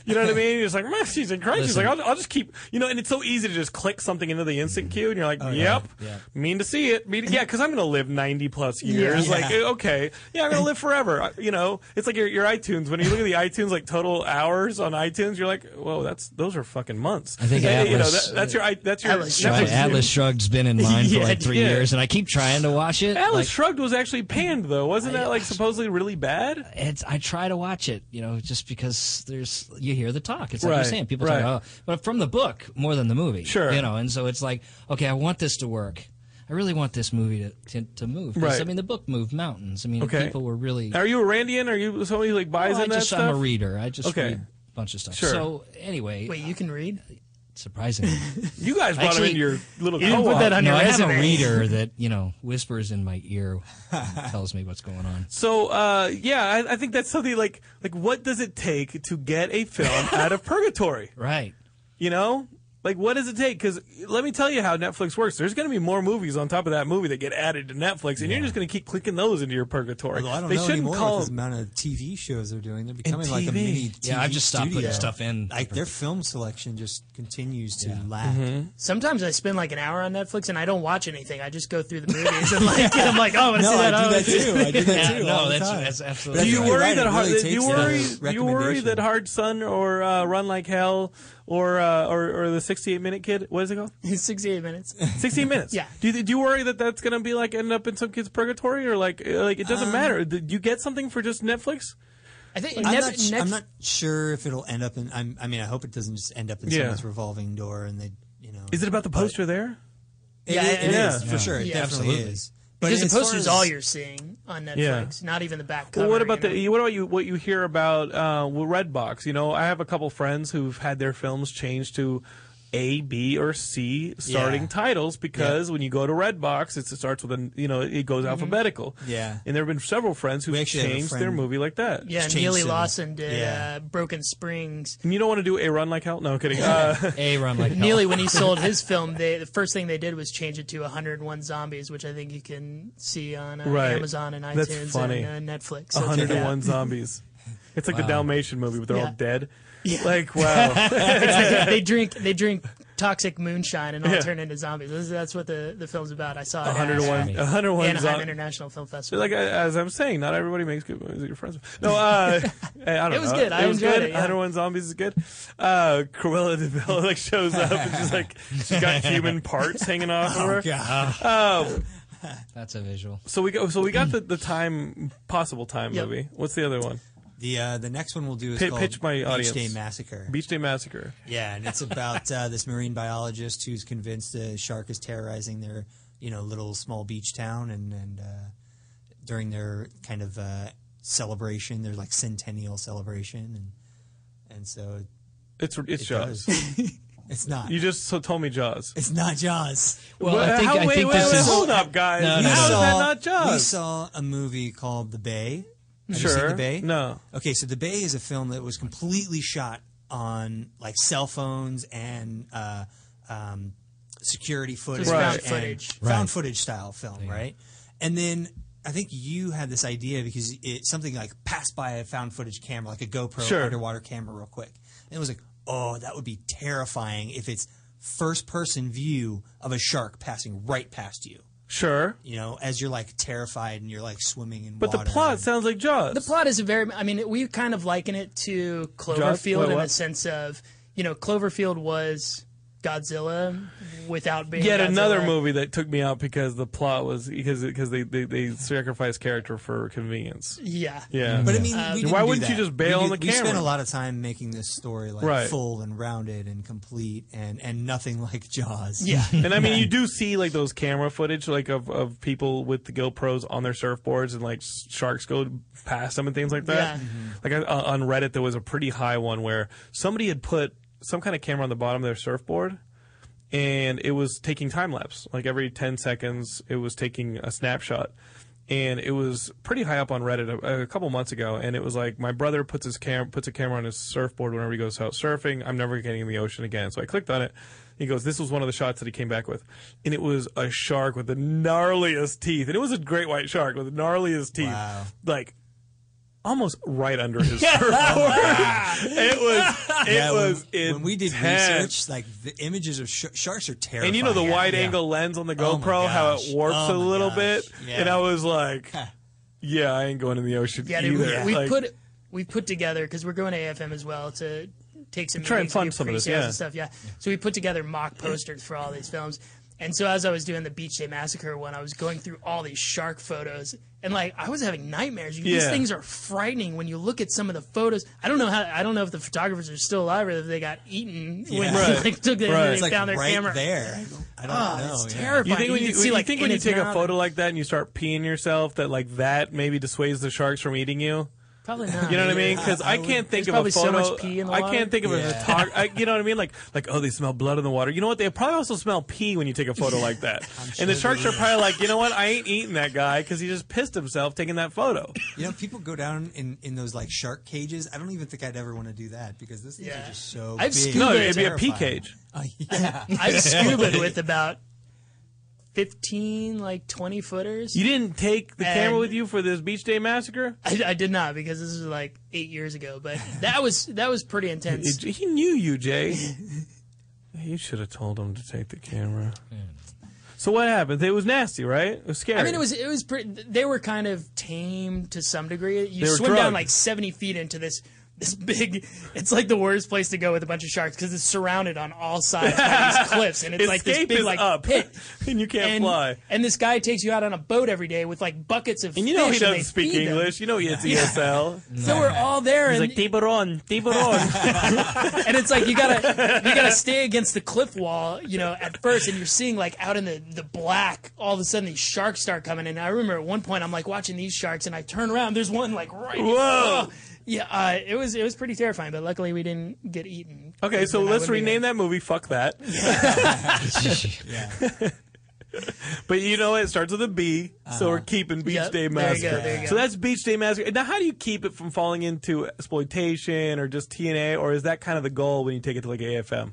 Speaker 5: you know what I mean? It's like, man, she's incredible. She's like, I'll, I'll just keep, you know. And it's so easy to just click something into the instant queue, and you're like, yep,
Speaker 7: Oh, Yeah.
Speaker 5: mean to see it. Mean yeah, because I'm gonna live 90 plus years. Like, eh, okay, yeah, I'm gonna live forever. I- You know, it's like your your iTunes. When you look at the iTunes like total hours on iTunes, you're like, whoa, that's those are fucking months.
Speaker 7: I think
Speaker 5: Yeah, you know
Speaker 7: Atlas-
Speaker 5: that, that's your i- that's your
Speaker 6: Atlas
Speaker 5: Netflix
Speaker 7: Right,
Speaker 5: queue.
Speaker 7: Atlas Shrugged's been in mine
Speaker 5: *laughs* Yeah,
Speaker 7: for like three
Speaker 5: yeah.
Speaker 7: years, and I keep trying to watch it.
Speaker 5: Atlas
Speaker 7: like,
Speaker 5: Shrugged was actually panned though, wasn't that like supposedly really bad?
Speaker 7: it's I try to watch it, you know, just because there's you hear the talk. It's like
Speaker 5: Right,
Speaker 7: you're saying people
Speaker 5: right.
Speaker 7: talk, oh, but from the book more than the movie,
Speaker 5: Sure.
Speaker 7: you know. And so it's like, okay, I want this to work. I really want this movie to to, to move. 'Cause,
Speaker 5: Right.
Speaker 7: I mean, the book moved mountains. I mean,
Speaker 5: Okay.
Speaker 7: people were really.
Speaker 5: Are you a Randian? Are you somebody who, like
Speaker 7: Well,
Speaker 5: buys
Speaker 7: I
Speaker 5: in that
Speaker 7: just
Speaker 5: stuff?
Speaker 7: I'm a reader. I just
Speaker 5: Okay.
Speaker 7: read a bunch of stuff.
Speaker 5: Sure.
Speaker 7: So anyway,
Speaker 6: Wait, you can read?
Speaker 5: *laughs*
Speaker 7: surprisingly,
Speaker 5: You guys brought
Speaker 7: Actually,
Speaker 5: him into your little
Speaker 6: you didn't put
Speaker 5: co-op.
Speaker 6: that on
Speaker 7: no,
Speaker 6: your
Speaker 7: I have
Speaker 6: resume.
Speaker 5: *laughs*
Speaker 7: a reader that you know whispers in my ear, and tells me what's going on.
Speaker 5: So uh, yeah, I, I think that's something like like what does it take to get a film out of purgatory?
Speaker 7: Right.
Speaker 5: You know, like what does it take? Because let me tell you how Netflix works. There's going to be more movies on top of that movie that get added to Netflix, and you're just going to keep clicking those into your purgatory.
Speaker 9: Although I don't
Speaker 5: they
Speaker 9: know
Speaker 5: shouldn't
Speaker 9: anymore
Speaker 5: call
Speaker 9: with the
Speaker 5: them.
Speaker 9: amount of TV shows they're doing. They're becoming like a
Speaker 5: TV.
Speaker 9: mini TV
Speaker 7: Yeah, I've just stopped
Speaker 9: studio.
Speaker 7: putting stuff in.
Speaker 9: Like their film selection just continues to lack.
Speaker 5: Mm-hmm.
Speaker 6: Sometimes I spend like an hour on Netflix and I don't watch anything. I just go through the movies
Speaker 5: *laughs*
Speaker 6: and like I'm like, oh, I want to
Speaker 9: No,
Speaker 6: see that.
Speaker 9: I
Speaker 6: oh,
Speaker 9: do that too. I do that
Speaker 7: Yeah,
Speaker 9: too.
Speaker 7: no,
Speaker 9: all the
Speaker 7: that's-
Speaker 9: time.
Speaker 7: that's absolutely
Speaker 9: But
Speaker 5: Do you
Speaker 9: you're
Speaker 5: worry
Speaker 9: right,
Speaker 5: that
Speaker 9: it
Speaker 5: hard?
Speaker 9: really
Speaker 5: do
Speaker 6: uh,
Speaker 5: you
Speaker 9: takes
Speaker 5: worry?
Speaker 9: the
Speaker 5: do you worry that
Speaker 9: recommendation.
Speaker 5: Hard Sun or uh, Run Like Hell or uh, or, or the 68 Minute Kid? What is it called?
Speaker 6: It's 68 minutes.
Speaker 5: 16 minutes.
Speaker 6: Yeah.
Speaker 5: Do you, do you worry that that's going to be like end up in some kid's purgatory or like uh, like it doesn't matter? Do you get something for just Netflix?
Speaker 6: I think
Speaker 9: I'm,
Speaker 6: Nef-
Speaker 9: not, sh-
Speaker 6: Nef-
Speaker 9: I'm not sure if it'll end up in. I'm, I mean, I hope it doesn't just end up in
Speaker 5: Yeah.
Speaker 9: someone's revolving door and they, you know.
Speaker 5: Is it about the
Speaker 9: but-
Speaker 5: poster there?
Speaker 9: It,
Speaker 6: Yeah,
Speaker 9: it- it
Speaker 6: yeah,
Speaker 9: is,
Speaker 5: yeah.
Speaker 9: for sure. It
Speaker 6: Yeah,
Speaker 9: definitely
Speaker 7: absolutely.
Speaker 9: is. But
Speaker 6: because the
Speaker 9: as far
Speaker 6: poster's
Speaker 9: as-
Speaker 6: all you're seeing. on
Speaker 5: Yeah.
Speaker 6: Netflix. Not even the back cover.
Speaker 5: Well, what about
Speaker 6: you know?
Speaker 5: the what about you what you hear about uh, well, Redbox? You know, I have a couple friends who've had their films changed to A, B, or C starting
Speaker 9: Yeah. Mm-hmm.
Speaker 5: titles because when you go to Redbox, it's, it starts with an you know it goes alphabetical.
Speaker 9: Yeah.
Speaker 5: and there have been several friends who've
Speaker 9: We actually have a
Speaker 5: changed their
Speaker 9: friend-
Speaker 5: movie like that.
Speaker 6: Yeah,
Speaker 9: Change
Speaker 6: Neely
Speaker 9: City.
Speaker 6: Lawson did
Speaker 9: Yeah.
Speaker 6: uh, Broken Springs.
Speaker 5: And you don't want to do a run like hell. No, I'm kidding.
Speaker 9: *laughs*
Speaker 5: Uh, *laughs*
Speaker 7: A run like hell.
Speaker 6: Neely, when he sold his film, they, the first thing they did was change it to 101 Zombies, which I think you can see on uh,
Speaker 5: Right.
Speaker 6: Amazon and iTunes
Speaker 5: That's funny.
Speaker 6: and uh, Netflix. So check it out.
Speaker 5: 101 zombies. It's like the Dalmatian movie, but they're all
Speaker 6: Yeah.
Speaker 5: dead.
Speaker 9: *laughs*
Speaker 5: Like wow,
Speaker 6: they drink they drink toxic moonshine and all turn into zombies. That's, that's what the, the film's about. I saw it. at,
Speaker 5: 101,
Speaker 6: uh,
Speaker 5: 101
Speaker 6: Anaheim
Speaker 5: zombies.
Speaker 6: International Film
Speaker 5: So,
Speaker 6: Festival.
Speaker 5: like I- as I'm saying, not everybody makes good movies that you're friends with. No, uh, I don't know.
Speaker 6: It was good. I
Speaker 5: was
Speaker 6: enjoyed
Speaker 5: good.
Speaker 6: it, yeah.
Speaker 5: 101 Zombies is good. Uh, Cruella de Vil *laughs* like shows up and she's like she's
Speaker 9: *laughs*
Speaker 5: got human parts hanging off of her.
Speaker 7: That's a visual.
Speaker 5: So we go. So we got the, the time possible time
Speaker 6: Yep.
Speaker 5: movie. What's the other one?
Speaker 9: The uh, the next one we'll do is
Speaker 5: Pi-
Speaker 9: called
Speaker 5: pitch my
Speaker 9: Beach
Speaker 5: audience.
Speaker 9: Day Massacre.
Speaker 5: Beach Day Massacre.
Speaker 9: Yeah, and it's about uh, this marine biologist who's convinced a shark is terrorizing their you know little small beach town, and and uh, during their kind of uh, celebration, their like centennial celebration, and and so
Speaker 5: It's it's
Speaker 9: it
Speaker 5: Jaws.
Speaker 9: does. it's not.
Speaker 5: You just so told me Jaws.
Speaker 9: it's not Jaws.
Speaker 7: Well, I
Speaker 5: Well,
Speaker 7: think,
Speaker 5: how-
Speaker 7: I
Speaker 5: wait,
Speaker 7: think
Speaker 5: wait,
Speaker 7: this
Speaker 5: wait,
Speaker 7: is.
Speaker 5: hold up, guys.
Speaker 7: No,
Speaker 5: How
Speaker 7: no,
Speaker 5: is
Speaker 7: no.
Speaker 5: that not Jaws?
Speaker 9: We saw a movie called The Bay. Have you seen
Speaker 5: Sure.
Speaker 9: The Bay?
Speaker 5: No.
Speaker 9: Okay, so The Bay is a film that was completely shot on like cell phones and uh, um, security footage,
Speaker 6: found
Speaker 9: and
Speaker 6: footage.
Speaker 9: found footage style film, right? And then I think you had this idea because it something like passed by a found footage camera, like a GoPro
Speaker 5: Sure.
Speaker 9: underwater camera, real quick. And it was like, oh, that would be terrifying if it's first person view of a shark passing right past you
Speaker 5: Sure.
Speaker 9: you know, as you're like terrified and you're like swimming in
Speaker 5: But
Speaker 9: water.
Speaker 5: the plot sounds like Jaws.
Speaker 6: the plot is a very. I mean, we kind of liken it to Cloverfield
Speaker 5: Wait,
Speaker 6: in the
Speaker 5: what?
Speaker 6: sense of you know, Cloverfield was Godzilla without being
Speaker 5: Yet
Speaker 6: Godzilla.
Speaker 5: another movie that took me out because the plot was because because they, they they sacrificed character for convenience.
Speaker 6: Yeah. Uh,
Speaker 5: Yeah,
Speaker 9: But I mean, we didn't
Speaker 5: why
Speaker 9: do
Speaker 5: wouldn't you
Speaker 9: that.
Speaker 5: just bail
Speaker 9: we
Speaker 5: on the
Speaker 9: We spent
Speaker 5: camera?
Speaker 9: a lot of time making this story like
Speaker 5: Right.
Speaker 9: full and rounded and complete and and nothing like Jaws. *laughs*
Speaker 6: Yeah.
Speaker 5: and I mean, you do see like those camera footage like of, of people with the GoPros on their surfboards and like s- sharks go past them and things like that.
Speaker 6: Yeah.
Speaker 5: Like I, uh, on Reddit, there was a pretty high one where somebody had put some kind of camera on the bottom of their surfboard. And it was taking time lapse. Like every 10 seconds, it was taking a snapshot. And it was pretty high up on Reddit a, a couple months ago. And it was like, my brother puts his cam- puts a camera on his surfboard whenever he goes out surfing. I'm never getting in the ocean again. So I clicked on it. He goes, this was one of the shots that he came back with. And it was a shark with the gnarliest teeth. And it was a great white shark with the gnarliest teeth. Like, almost right under
Speaker 9: *laughs*
Speaker 5: his surfboard. *laughs* it was, it
Speaker 9: Yeah, when-
Speaker 5: was
Speaker 9: when,
Speaker 5: intense.
Speaker 9: we did research, like the images of sh- sharks are terrifying.
Speaker 5: And you know the
Speaker 9: *laughs*
Speaker 5: wide angle lens on the
Speaker 9: Oh my
Speaker 5: GoPro, how it
Speaker 9: gosh.
Speaker 5: warps
Speaker 9: Oh
Speaker 5: a
Speaker 9: my
Speaker 5: little
Speaker 9: gosh.
Speaker 5: bit,
Speaker 9: Yeah.
Speaker 5: and I was like, "Yeah, I ain't going in the ocean
Speaker 6: Yeah, dude,
Speaker 5: either."
Speaker 6: we, we
Speaker 5: Like,
Speaker 6: put we put together because we're going to AFM as well to take some
Speaker 5: Try and
Speaker 6: meetings,
Speaker 5: fund
Speaker 6: do
Speaker 5: some of this,
Speaker 6: pre-sales
Speaker 5: yeah.
Speaker 6: and stuff. Yeah, so we put together mock posters for all these films. And so as I was doing the Beach Day Massacre one, I was going through all these shark photos, and like I was having nightmares. These
Speaker 5: Yeah.
Speaker 6: things are frightening when you look at some of the photos. I don't know how I don't know if the photographers are still alive or if they got eaten when
Speaker 9: Yeah.
Speaker 6: they like, took the,
Speaker 5: Right.
Speaker 6: they
Speaker 9: It's like
Speaker 6: found their
Speaker 9: right
Speaker 6: camera.
Speaker 9: there. I don't
Speaker 6: Oh,
Speaker 9: know.
Speaker 6: it's
Speaker 9: yeah.
Speaker 6: terrifying.
Speaker 5: you think when you,
Speaker 6: can see,
Speaker 5: you
Speaker 6: like,
Speaker 5: think
Speaker 6: in
Speaker 5: when you
Speaker 6: its
Speaker 5: take a
Speaker 6: mouth.
Speaker 5: photo like that and you start peeing yourself, that like that maybe dissuades the sharks from eating you.
Speaker 6: Probably not.
Speaker 5: You know what I mean? Because I can't think of a
Speaker 6: probably so
Speaker 5: photo.
Speaker 6: much pee in the
Speaker 5: I
Speaker 6: water.
Speaker 5: can't think of a photog- I, You know what I mean? Like, like oh, they smell blood in the water. You know what? They probably also smell pee when you take a photo like that. and the sharks are probably like, you know what? I ain't eating that guy because he just pissed himself taking that photo.
Speaker 9: You know, people go down in, in those like shark cages. I don't even think I'd ever want to do that because those things
Speaker 6: Yeah.
Speaker 9: are just so
Speaker 6: I've
Speaker 9: big.
Speaker 6: scuba-
Speaker 5: No,
Speaker 6: They're
Speaker 5: it'd be a pee
Speaker 9: terrifying.
Speaker 5: cage.
Speaker 9: Oh, *laughs*
Speaker 6: *laughs*
Speaker 9: yeah.
Speaker 6: I've scubaed with about 15, like 20 footers.
Speaker 5: You didn't take the
Speaker 6: And-
Speaker 5: camera with you for this beach day massacre.
Speaker 6: I, I did not because this was like eight years ago, but that was that was pretty intense.
Speaker 5: He he knew you,
Speaker 6: *laughs*
Speaker 5: Jay. you should have told him to take the camera. So what happened? It was nasty, right? It was scary.
Speaker 6: I mean, it was it was pretty. They were kind of tame to some degree. You
Speaker 5: They were
Speaker 6: swim down
Speaker 5: drugged.
Speaker 6: like seventy feet into this this big. It's like the worst place to go with a bunch of sharks because it's surrounded on all sides by
Speaker 5: *laughs*
Speaker 6: these cliffs, and it's like
Speaker 5: Escape
Speaker 6: this big
Speaker 5: is
Speaker 6: like
Speaker 5: up,
Speaker 6: pit.
Speaker 5: *laughs* and you can't
Speaker 6: And,
Speaker 5: fly.
Speaker 6: and this guy takes you out on a boat every day with like buckets of
Speaker 5: And you know he
Speaker 6: fish, and they
Speaker 5: doesn't speak
Speaker 6: feed them.
Speaker 5: English. You know he
Speaker 6: *laughs*
Speaker 5: E hits ESL.
Speaker 6: So we're all there, and,
Speaker 5: tiburon, tiburon.
Speaker 6: and it's like you gotta you gotta stay against the cliff wall, you know, at first, and you're seeing like out in the the black. All of a sudden, these sharks start coming in. I remember at one point I'm like watching these sharks, and I turn around. There's one like
Speaker 5: *laughs*
Speaker 6: right. *laughs*
Speaker 5: Whoa.
Speaker 6: Yeah, uh, it was it was pretty terrifying, but luckily we didn't get eaten.
Speaker 5: Okay, so
Speaker 6: And I
Speaker 5: let's
Speaker 6: wouldn't
Speaker 5: rename
Speaker 6: even-
Speaker 5: that movie. Fuck that. but you know what? It starts with a B, so we're keeping Beach
Speaker 6: Uh-huh. Yep,
Speaker 5: Day
Speaker 6: there you go,
Speaker 5: Massacre.
Speaker 6: there you
Speaker 5: So
Speaker 6: go.
Speaker 5: that's Beach Day Massacre. Now, how do you keep it from falling into exploitation or just TNA, or is that kind of the goal when you take it to like AFM?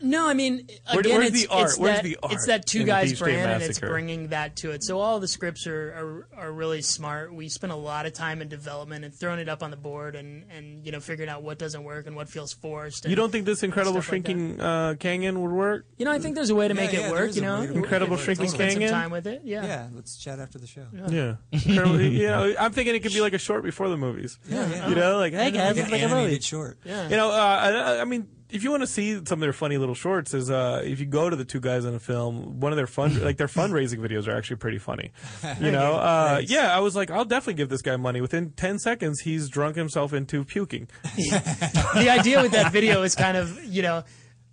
Speaker 6: No, I mean,
Speaker 5: Where-
Speaker 6: again,
Speaker 5: where's
Speaker 6: it's,
Speaker 5: the art?
Speaker 6: it's
Speaker 5: Where's
Speaker 6: that,
Speaker 5: the art
Speaker 6: It's that two
Speaker 5: in the Beach Day
Speaker 6: guys brand, and it's
Speaker 5: Massacre?
Speaker 6: bringing that to it. So all the scripts are, are are really smart. We spent a lot of time in development and throwing it up on the board, and and you know figuring out what doesn't work and what feels forced. And
Speaker 5: You don't think this incredible
Speaker 6: Stuff like that.
Speaker 5: shrinking uh, Kangen would work?
Speaker 6: You know, I think there's a way to
Speaker 9: Yeah,
Speaker 6: make
Speaker 9: yeah,
Speaker 6: it
Speaker 9: there
Speaker 6: work.
Speaker 9: is
Speaker 6: You
Speaker 9: a
Speaker 6: know,
Speaker 9: way to
Speaker 5: Incredible
Speaker 9: Totally.
Speaker 5: shrinking
Speaker 6: spend some
Speaker 5: Kangen?
Speaker 6: time with it. Yeah.
Speaker 9: Yeah, let's chat after the show.
Speaker 5: Yeah. Incredible- you know, I'm thinking it could be like a short before the movies. You know, like, hey
Speaker 9: Like
Speaker 5: guys, it's
Speaker 9: an
Speaker 5: like a movie.
Speaker 9: animated short.
Speaker 5: You know, uh, I, I mean, if you want to see some of their funny little shorts, is uh, if you go to the two guys in a film, one of their *laughs* fun like their fundraising videos are actually pretty *laughs* funny. You know, uh, yeah, I was like, I'll definitely give this guy money. Within ten seconds, he's drunk himself into *laughs* puking.
Speaker 6: the idea
Speaker 9: *laughs*
Speaker 6: with that video is kind of you know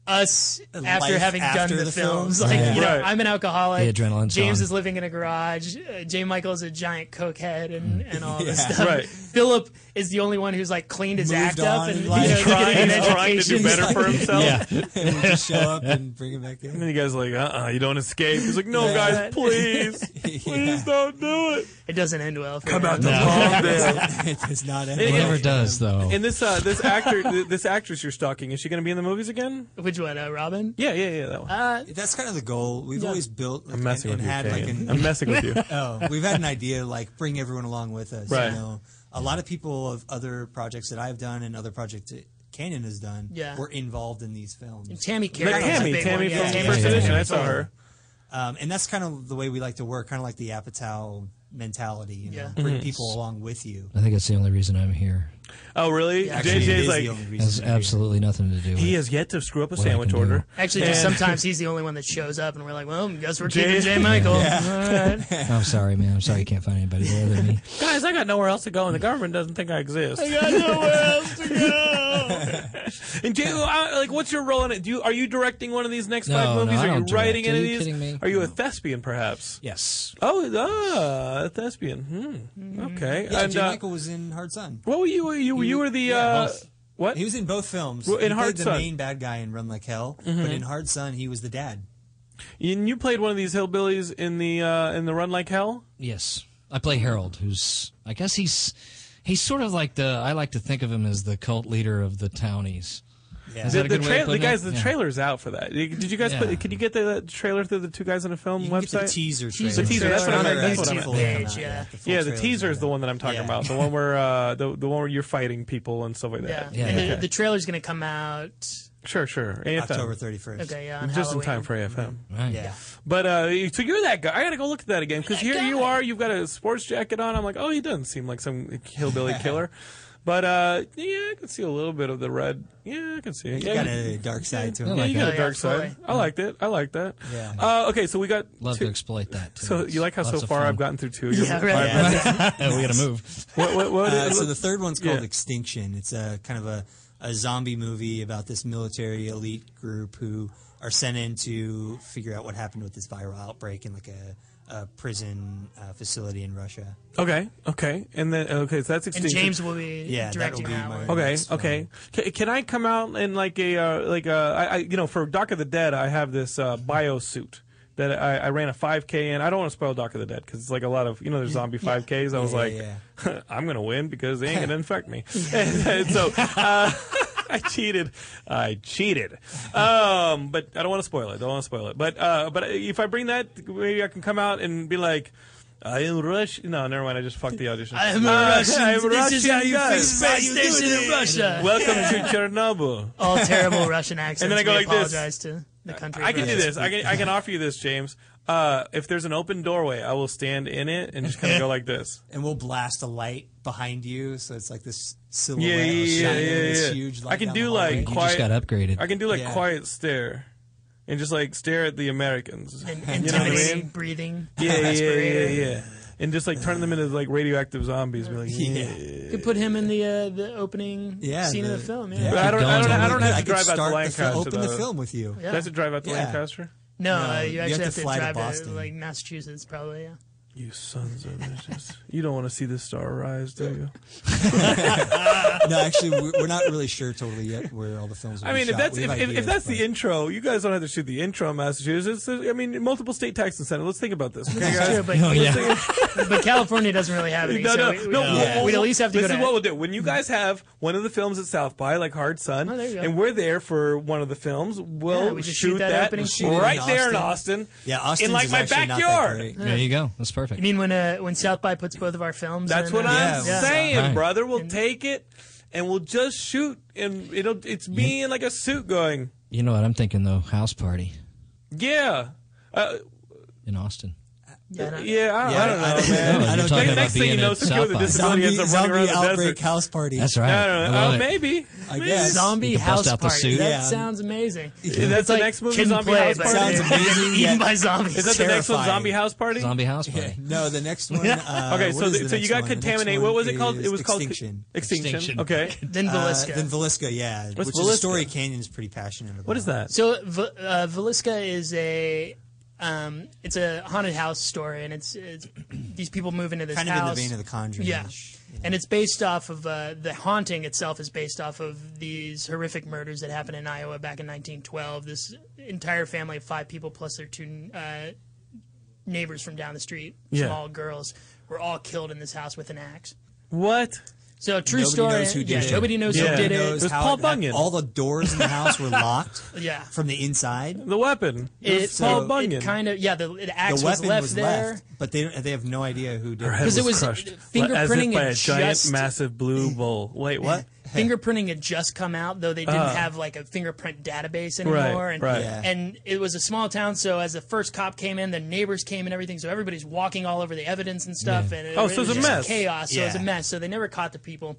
Speaker 6: us after
Speaker 9: life
Speaker 6: having done
Speaker 9: after
Speaker 6: the,
Speaker 9: the
Speaker 6: films.
Speaker 9: films.
Speaker 6: Like you know,
Speaker 5: Right.
Speaker 6: I'm an alcoholic.
Speaker 7: The adrenaline's
Speaker 6: James
Speaker 7: gone.
Speaker 6: is living in a garage. Uh, J. Michael's a giant cokehead and and all this
Speaker 9: *laughs* Yeah.
Speaker 6: stuff.
Speaker 5: Right.
Speaker 6: Philip is the only one who's like cleaned his
Speaker 9: Moved
Speaker 6: act up
Speaker 9: on
Speaker 6: and
Speaker 9: in
Speaker 6: you know,
Speaker 9: life.
Speaker 6: he's getting an
Speaker 5: He's trying to do
Speaker 6: education.
Speaker 5: better for himself.
Speaker 9: and we just show
Speaker 6: *laughs*
Speaker 9: up and bring it back
Speaker 5: And
Speaker 9: in.
Speaker 5: then you guys are like, uh, uh you don't escape. He's like, no, *laughs* guys, please, please don't do it.
Speaker 6: *laughs* It doesn't end well. For
Speaker 5: Come
Speaker 6: him.
Speaker 5: out the *laughs*
Speaker 6: *laughs*
Speaker 5: wrong day.
Speaker 9: it does not end.
Speaker 5: Yeah.
Speaker 7: Whatever does though.
Speaker 5: And this uh, this actor, th- this actress you're stalking, is she going to be in the movies again?
Speaker 6: Which one, uh, Robin? Uh,
Speaker 5: Yeah, yeah, yeah, that one.
Speaker 9: That's kind of the goal. We've always built like,
Speaker 5: I'm messing
Speaker 9: and,
Speaker 5: with you.
Speaker 9: and had like
Speaker 5: Kagan.
Speaker 9: an
Speaker 5: I'm messing with you. *laughs*
Speaker 9: Oh, we've had an idea like bring everyone along with us.
Speaker 5: Right.
Speaker 9: You know, a lot of people of other projects that I've done and other projects that Canyon has done
Speaker 6: Yeah.
Speaker 9: were involved in these films.
Speaker 6: Tammy Carey.
Speaker 5: Like Tammy, Tammy
Speaker 6: yeah.
Speaker 5: from
Speaker 6: Tammy
Speaker 5: First
Speaker 6: Carey.
Speaker 5: Edition. I saw her.
Speaker 9: Um, and that's kind of the way we like to work, kind of like the Apatow mentality. You know,
Speaker 6: Yeah.
Speaker 5: Mm-hmm.
Speaker 9: bring people along with you.
Speaker 7: I think that's the only reason I'm here.
Speaker 5: Oh, really?
Speaker 6: Yeah.
Speaker 9: Actually, it
Speaker 5: JJ's
Speaker 9: is the
Speaker 5: like,
Speaker 9: only
Speaker 7: It has
Speaker 9: reason.
Speaker 7: absolutely nothing to do with
Speaker 5: he has yet to screw up a
Speaker 7: I
Speaker 5: sandwich
Speaker 7: can
Speaker 5: order.
Speaker 6: Actually, just
Speaker 5: And-
Speaker 6: sometimes he's the only one that shows up, and we're like, well, guess we're
Speaker 5: Jay-
Speaker 6: keeping J. Michael.
Speaker 9: *laughs*
Speaker 6: All right.
Speaker 7: I'm sorry, man. I'm
Speaker 5: *laughs*
Speaker 7: sorry you can't find anybody better than me.
Speaker 5: Guys, I got nowhere else to go, and the government doesn't think I exist.
Speaker 6: got nowhere else to go.
Speaker 5: and Jay, I- like, what's your role in it? Do you are you directing one of these next
Speaker 7: No,
Speaker 5: five
Speaker 7: no,
Speaker 5: movies?
Speaker 7: I
Speaker 5: are
Speaker 7: don't
Speaker 5: you writing
Speaker 7: direct. Are
Speaker 5: any
Speaker 7: you
Speaker 5: of these?
Speaker 7: kidding me?
Speaker 5: Are you a
Speaker 7: No.
Speaker 5: thespian, perhaps?
Speaker 7: Yes.
Speaker 5: Oh, ah, a thespian. Hmm.
Speaker 7: Mm-hmm.
Speaker 5: Okay.
Speaker 9: Yeah,
Speaker 5: and
Speaker 9: Jay
Speaker 5: uh,
Speaker 9: Michael was in Hard Sun.
Speaker 5: what were you? You you were the uh,
Speaker 9: both.
Speaker 5: what?
Speaker 9: He was in both films.
Speaker 5: Well, in
Speaker 9: he
Speaker 5: Hard
Speaker 9: played the
Speaker 5: Sun.
Speaker 9: main bad guy in Run Like Hell,
Speaker 6: Mm-hmm.
Speaker 9: but in Hard Sun, he was the dad.
Speaker 5: And you played one of these hillbillies in the uh, in the Run Like Hell.
Speaker 7: Yes. I play Harold, who's I guess he's he's sort of like the I like to think of him as the cult leader of the townies.
Speaker 9: Yeah.
Speaker 7: Is
Speaker 5: The,
Speaker 7: that a
Speaker 5: the
Speaker 7: good way
Speaker 5: tra- the
Speaker 7: of putting
Speaker 5: guys,
Speaker 7: it?
Speaker 5: the
Speaker 7: Yeah.
Speaker 5: trailer's out for that. Did you guys
Speaker 7: Yeah.
Speaker 5: put? Could you get the trailer through the two guys in a film
Speaker 9: You can get
Speaker 5: website?
Speaker 9: the teaser trailer.
Speaker 5: The teaser, that's what
Speaker 9: Right,
Speaker 5: I meant,
Speaker 9: right,
Speaker 5: that's
Speaker 9: right.
Speaker 5: what I meant.
Speaker 9: Full come
Speaker 6: Page,
Speaker 9: out,
Speaker 6: yeah.
Speaker 9: the full
Speaker 5: yeah, the
Speaker 9: trailer's
Speaker 5: teaser is
Speaker 9: out.
Speaker 5: the one that I'm talking
Speaker 9: Yeah.
Speaker 5: about. The one where uh, the the one where you're fighting people and stuff like that.
Speaker 6: Yeah.
Speaker 7: Yeah.
Speaker 6: And
Speaker 5: Okay.
Speaker 6: The, the trailer's going to come out.
Speaker 5: sure, sure. AFM.
Speaker 9: October 31st.
Speaker 6: Okay, yeah. On
Speaker 5: Just in
Speaker 6: Halloween.
Speaker 5: time for AFM.
Speaker 7: Right.
Speaker 9: Yeah.
Speaker 5: But uh, so you're that guy. I gotta go look at that again because here you are. You've got a sports jacket on. I'm like, oh, he doesn't seem like some hillbilly
Speaker 7: *laughs*
Speaker 5: killer. But uh, yeah, I can see a little bit of the red. Yeah, I can see. it.
Speaker 9: You
Speaker 5: Yeah,
Speaker 9: got a dark side to
Speaker 7: I
Speaker 9: him.
Speaker 7: like
Speaker 5: Yeah, you got
Speaker 6: Oh,
Speaker 5: a
Speaker 6: yeah,
Speaker 5: dark side.
Speaker 6: absolutely.
Speaker 5: I liked it. I liked that.
Speaker 9: Yeah.
Speaker 5: Uh, okay, so we got.
Speaker 7: Love
Speaker 5: two-
Speaker 7: to exploit that. Too.
Speaker 5: So you like how
Speaker 7: Lots
Speaker 5: so
Speaker 7: of
Speaker 5: far
Speaker 7: fun.
Speaker 5: I've gotten through two of your
Speaker 6: *laughs* Yeah,
Speaker 5: five
Speaker 6: right.
Speaker 5: rounds?
Speaker 7: *laughs* we gotta
Speaker 5: *laughs*
Speaker 7: move.
Speaker 5: What, what, what
Speaker 9: Uh,
Speaker 5: is-
Speaker 9: so the third one's called
Speaker 5: Yeah.
Speaker 9: Extinction. It's a kind of a, a zombie movie about this military elite group who are sent in to figure out what happened with this viral outbreak in like a, a prison uh, facility in Russia.
Speaker 5: okay, okay, and then okay, so that's
Speaker 6: And
Speaker 5: extinction.
Speaker 6: James will be
Speaker 9: Yeah, that'll
Speaker 6: directing
Speaker 9: be
Speaker 6: that
Speaker 9: my-
Speaker 6: one.
Speaker 5: Okay,
Speaker 9: That's
Speaker 5: okay. Ca can I come out in like a uh, like a I, I you know for Doc of the Dead I have this uh, bio suit that I, I ran a 5K in. I don't want to spoil Doc of the Dead because it's like a lot of you know there's zombie 5Ks. I was
Speaker 9: Yeah,
Speaker 5: like, *laughs* I'm gonna win because they ain't gonna infect
Speaker 6: *laughs*
Speaker 5: me. and, *laughs* and so uh, I cheated. I cheated. Um, but I don't want to spoil it. Don't want to spoil it. But uh, but if I bring that, maybe I can come out and be like. I am Russian. No, never mind. I just fucked the audition.
Speaker 6: I am a
Speaker 5: Uh,
Speaker 6: Russian.
Speaker 5: I am
Speaker 6: this is how
Speaker 5: Russian
Speaker 6: you
Speaker 5: guy.
Speaker 6: fix space station in Russia.
Speaker 5: Welcome to
Speaker 6: *laughs*
Speaker 5: Chernobyl. *laughs*
Speaker 6: All terrible Russian accents.
Speaker 5: I go
Speaker 6: we
Speaker 5: like this.
Speaker 6: apologize to the country.
Speaker 5: I can
Speaker 6: for
Speaker 5: do this. I can I can offer you this, James.
Speaker 6: *laughs*
Speaker 5: Uh, if there's an open doorway, I will stand in it and just kind of go like this.
Speaker 9: And we'll blast a light
Speaker 7: behind you, so it's like this silhouette
Speaker 5: Yeah, yeah,
Speaker 7: of
Speaker 5: yeah,
Speaker 7: shadow,
Speaker 5: yeah,
Speaker 7: this
Speaker 5: yeah.
Speaker 7: huge. light
Speaker 5: I can
Speaker 7: down the
Speaker 5: do
Speaker 7: hallway.
Speaker 5: like
Speaker 10: You just
Speaker 5: quiet.
Speaker 10: got upgraded.
Speaker 5: I can do like
Speaker 7: Yeah.
Speaker 5: quiet stare, and just like stare at the Americans. *laughs* you know what I
Speaker 6: Intimidating,
Speaker 5: mean?
Speaker 6: breathing.
Speaker 5: *laughs* Yeah, yeah, yeah,
Speaker 6: respirator.
Speaker 5: yeah. And just like turn them into like radioactive zombies. Be like, yeah.
Speaker 6: You could put him in the uh, the opening
Speaker 7: Yeah,
Speaker 6: scene
Speaker 7: the-
Speaker 6: of the film. Yeah.
Speaker 7: yeah.
Speaker 5: But I don't, I don't, I don't have
Speaker 7: I
Speaker 5: to
Speaker 7: could
Speaker 5: drive out to
Speaker 7: start the
Speaker 5: Lancaster.
Speaker 7: film- open the
Speaker 5: though.
Speaker 7: film with you.
Speaker 5: Do I have to drive out to
Speaker 7: Yeah.
Speaker 5: Lancaster?
Speaker 6: No,
Speaker 7: No,
Speaker 6: uh, you actually have to,
Speaker 7: fly to
Speaker 6: drive to,
Speaker 7: Boston.
Speaker 6: like Massachusetts, probably. Yeah.
Speaker 5: You sons of bitches! you don't want to see the star rise, do you?
Speaker 7: No, actually, we're, we're not really sure totally yet where all the films. Will
Speaker 5: I
Speaker 7: be
Speaker 5: mean, if
Speaker 7: shot.
Speaker 5: that's
Speaker 7: We
Speaker 5: if,
Speaker 7: have
Speaker 5: if, if
Speaker 7: ideas,
Speaker 5: that's
Speaker 7: but-
Speaker 5: the intro, you guys don't have to shoot the intro in Massachusetts. There's- I mean, multiple state tax incentive. Let's think about this. Okay, guys?
Speaker 7: *laughs*
Speaker 6: Sure, but, *laughs* but California doesn't
Speaker 5: *laughs*
Speaker 6: really have any.
Speaker 5: No,
Speaker 6: so
Speaker 5: no,
Speaker 6: we,
Speaker 5: no.
Speaker 6: we,
Speaker 5: we'll- we'll-
Speaker 6: would at least have to
Speaker 5: This
Speaker 6: go
Speaker 5: is
Speaker 6: to.
Speaker 5: what we'll do. When you guys have one of the films at South by, like Hard Sun,
Speaker 6: Oh, there you go.
Speaker 5: and we're there for one of the films, we'll
Speaker 6: Yeah, we just
Speaker 5: shoot,
Speaker 6: shoot that
Speaker 5: that,
Speaker 6: opening
Speaker 7: scene.
Speaker 5: right
Speaker 7: Shoot it in
Speaker 5: there in Austin.
Speaker 7: yeah, Austin's
Speaker 5: in like
Speaker 7: is
Speaker 5: my
Speaker 7: actually not that
Speaker 5: backyard.
Speaker 7: great.
Speaker 10: There you go. That's perfect.
Speaker 6: I mean, when uh, when South by puts both of our films.
Speaker 5: That's
Speaker 6: in,
Speaker 5: what
Speaker 6: uh,
Speaker 5: I'm
Speaker 6: yeah.
Speaker 5: saying,
Speaker 10: Right.
Speaker 5: brother. We'll take it and we'll just shoot, and it'll it's me in like a suit going,
Speaker 10: you know what I'm thinking though? House party
Speaker 5: yeah. Uh,
Speaker 10: in Austin.
Speaker 6: Yeah, no.
Speaker 5: yeah, I,
Speaker 7: Yeah,
Speaker 5: I don't know,
Speaker 7: I-
Speaker 5: man.
Speaker 7: I- I
Speaker 10: You're
Speaker 7: don't
Speaker 10: talking
Speaker 7: think-
Speaker 10: about
Speaker 5: Next thing
Speaker 10: being
Speaker 5: you know,
Speaker 10: at
Speaker 5: some kid with
Speaker 10: South
Speaker 5: a
Speaker 10: by.
Speaker 5: disability
Speaker 7: Zombie,
Speaker 5: ends up running around
Speaker 7: zombie
Speaker 5: the
Speaker 7: outbreak
Speaker 5: desert.
Speaker 7: house party.
Speaker 10: That's right.
Speaker 5: I don't know.
Speaker 10: love
Speaker 5: oh,
Speaker 10: it.
Speaker 5: maybe.
Speaker 7: I guess.
Speaker 6: Zombie
Speaker 10: You can
Speaker 6: house
Speaker 10: bust out the
Speaker 6: party.
Speaker 10: suit.
Speaker 6: That
Speaker 7: Yeah.
Speaker 6: sounds amazing. *laughs*
Speaker 5: That's
Speaker 6: It's
Speaker 5: the
Speaker 6: like
Speaker 5: next movie,
Speaker 6: kid
Speaker 5: Zombie
Speaker 6: play,
Speaker 5: House
Speaker 6: but
Speaker 5: Party.
Speaker 7: Sounds amazing,
Speaker 6: Eaten
Speaker 7: yet-
Speaker 6: by zombies.
Speaker 5: Is that the next one,
Speaker 7: terrifying.
Speaker 5: Zombie House Party?
Speaker 10: Zombie house party.
Speaker 7: No, the next one. Uh,
Speaker 5: Okay,
Speaker 7: what
Speaker 5: so the,
Speaker 7: is the
Speaker 5: so
Speaker 7: next
Speaker 5: you got
Speaker 7: one? The next
Speaker 5: contaminate.
Speaker 7: one
Speaker 5: What was it called?
Speaker 7: is
Speaker 5: It was called
Speaker 7: extinction.
Speaker 5: Extinction.
Speaker 10: Extinction.
Speaker 5: Okay.
Speaker 6: then Velisca.
Speaker 7: Uh, then Velisca, yeah,
Speaker 5: What's
Speaker 7: which is a story
Speaker 5: Villisca?
Speaker 7: Canyon's pretty passionate about.
Speaker 5: What is that?
Speaker 6: So V- uh, Velisca is a um, it's a haunted house story, and it's, it's these people move into this
Speaker 7: Kind of in
Speaker 6: house.
Speaker 7: the vein of The Conjuring.
Speaker 6: yeah. And it's based off of uh, the haunting itself is based off of these horrific murders that happened in Iowa back in 1912. This entire family of five people plus their two uh, neighbors from down the street,
Speaker 5: Yeah.
Speaker 6: small girls, were all killed in this house with an axe.
Speaker 5: What?
Speaker 6: So true
Speaker 7: Nobody
Speaker 6: story.
Speaker 7: knows who did
Speaker 6: yeah,
Speaker 7: it.
Speaker 6: Nobody knows
Speaker 5: Yeah.
Speaker 6: who did
Speaker 5: Nobody
Speaker 6: it.
Speaker 5: knows. was Paul Bungan.
Speaker 7: All the doors in the house were locked
Speaker 6: *laughs* Yeah.
Speaker 7: from the inside.
Speaker 5: The weapon. It was Paul Bunyan.
Speaker 6: It kind of yeah. The, the axe
Speaker 7: the
Speaker 6: was
Speaker 7: weapon
Speaker 6: left
Speaker 7: was
Speaker 6: there.
Speaker 7: left, but they don't, they have no idea who did
Speaker 5: Her head
Speaker 7: it.
Speaker 6: Because it was
Speaker 5: crushed as if
Speaker 6: fingerprinting
Speaker 5: by a
Speaker 6: and
Speaker 5: giant,
Speaker 6: just-
Speaker 5: massive blue bowl. Wait, what?
Speaker 6: *laughs* fingerprinting had just come out, though they didn't have like a fingerprint database anymore. and,
Speaker 5: Ah. right.
Speaker 7: Yeah.
Speaker 6: and it was a small town, so as the first cop came in, the neighbors came and everything, so everybody's walking all over the evidence and stuff. And it,
Speaker 5: Oh,
Speaker 6: was-
Speaker 5: so
Speaker 6: it
Speaker 5: it's a
Speaker 6: was just
Speaker 5: mess.
Speaker 6: chaos. So it was a
Speaker 7: Yeah.
Speaker 6: mess. So they never caught the people.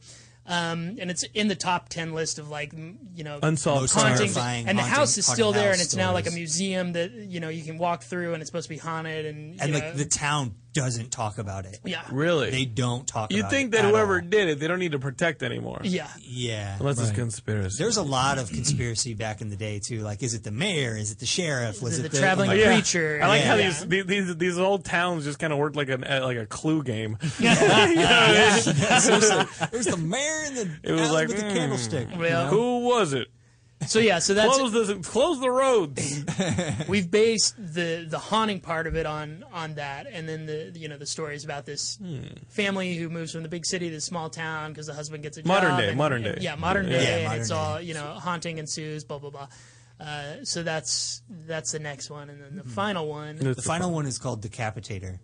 Speaker 6: Um, and it's in the top ten list of like m- you know
Speaker 5: Unsolved
Speaker 6: haunting,
Speaker 7: terrifying
Speaker 6: and the
Speaker 7: haunting-
Speaker 6: house is still
Speaker 7: haunted
Speaker 6: there, and
Speaker 7: house
Speaker 6: it's now like a
Speaker 7: stories.
Speaker 6: museum that you know you can walk through, and it's supposed to be haunted, and you
Speaker 7: and
Speaker 6: know,
Speaker 7: like the town doesn't talk about it.
Speaker 6: yeah,
Speaker 5: Really?
Speaker 7: They don't talk.
Speaker 5: you
Speaker 7: about
Speaker 5: think
Speaker 7: it
Speaker 5: that
Speaker 7: at
Speaker 5: whoever
Speaker 7: all.
Speaker 5: did it, they don't need to protect anymore.
Speaker 6: yeah,
Speaker 7: yeah,
Speaker 5: Unless it's conspiracy.
Speaker 7: there's a lot of conspiracy back in the day too. Like, is it the mayor? Is it the oh sheriff? Was
Speaker 6: it
Speaker 7: it
Speaker 6: the traveling
Speaker 7: like,
Speaker 5: yeah.
Speaker 6: creature.
Speaker 5: I like
Speaker 7: Yeah.
Speaker 5: how
Speaker 6: Yeah.
Speaker 5: these, these these these old towns just kind of work like an uh, like a clue game.
Speaker 6: *laughs*
Speaker 5: *laughs*
Speaker 7: *laughs* There's the mayor and the
Speaker 5: It was
Speaker 7: alley
Speaker 5: like,
Speaker 7: with the
Speaker 5: hmm.
Speaker 7: candlestick.
Speaker 6: Well,
Speaker 5: Who was it?
Speaker 6: so yeah, so that's
Speaker 5: Close the close the roads.
Speaker 6: we've based the the haunting part of it on on that, and then the you know the stories about this family who moves from the big city to the small town because the husband gets a
Speaker 5: Modern
Speaker 6: job
Speaker 5: day,
Speaker 6: and-
Speaker 5: modern day.
Speaker 6: yeah, modern day,
Speaker 7: Yeah,
Speaker 6: and
Speaker 7: modern
Speaker 6: it's
Speaker 7: day.
Speaker 6: all you know haunting ensues, blah blah blah. Uh, so that's that's the next one, and then
Speaker 7: Mm-hmm.
Speaker 6: the final one.
Speaker 7: The final one is called Decapitator.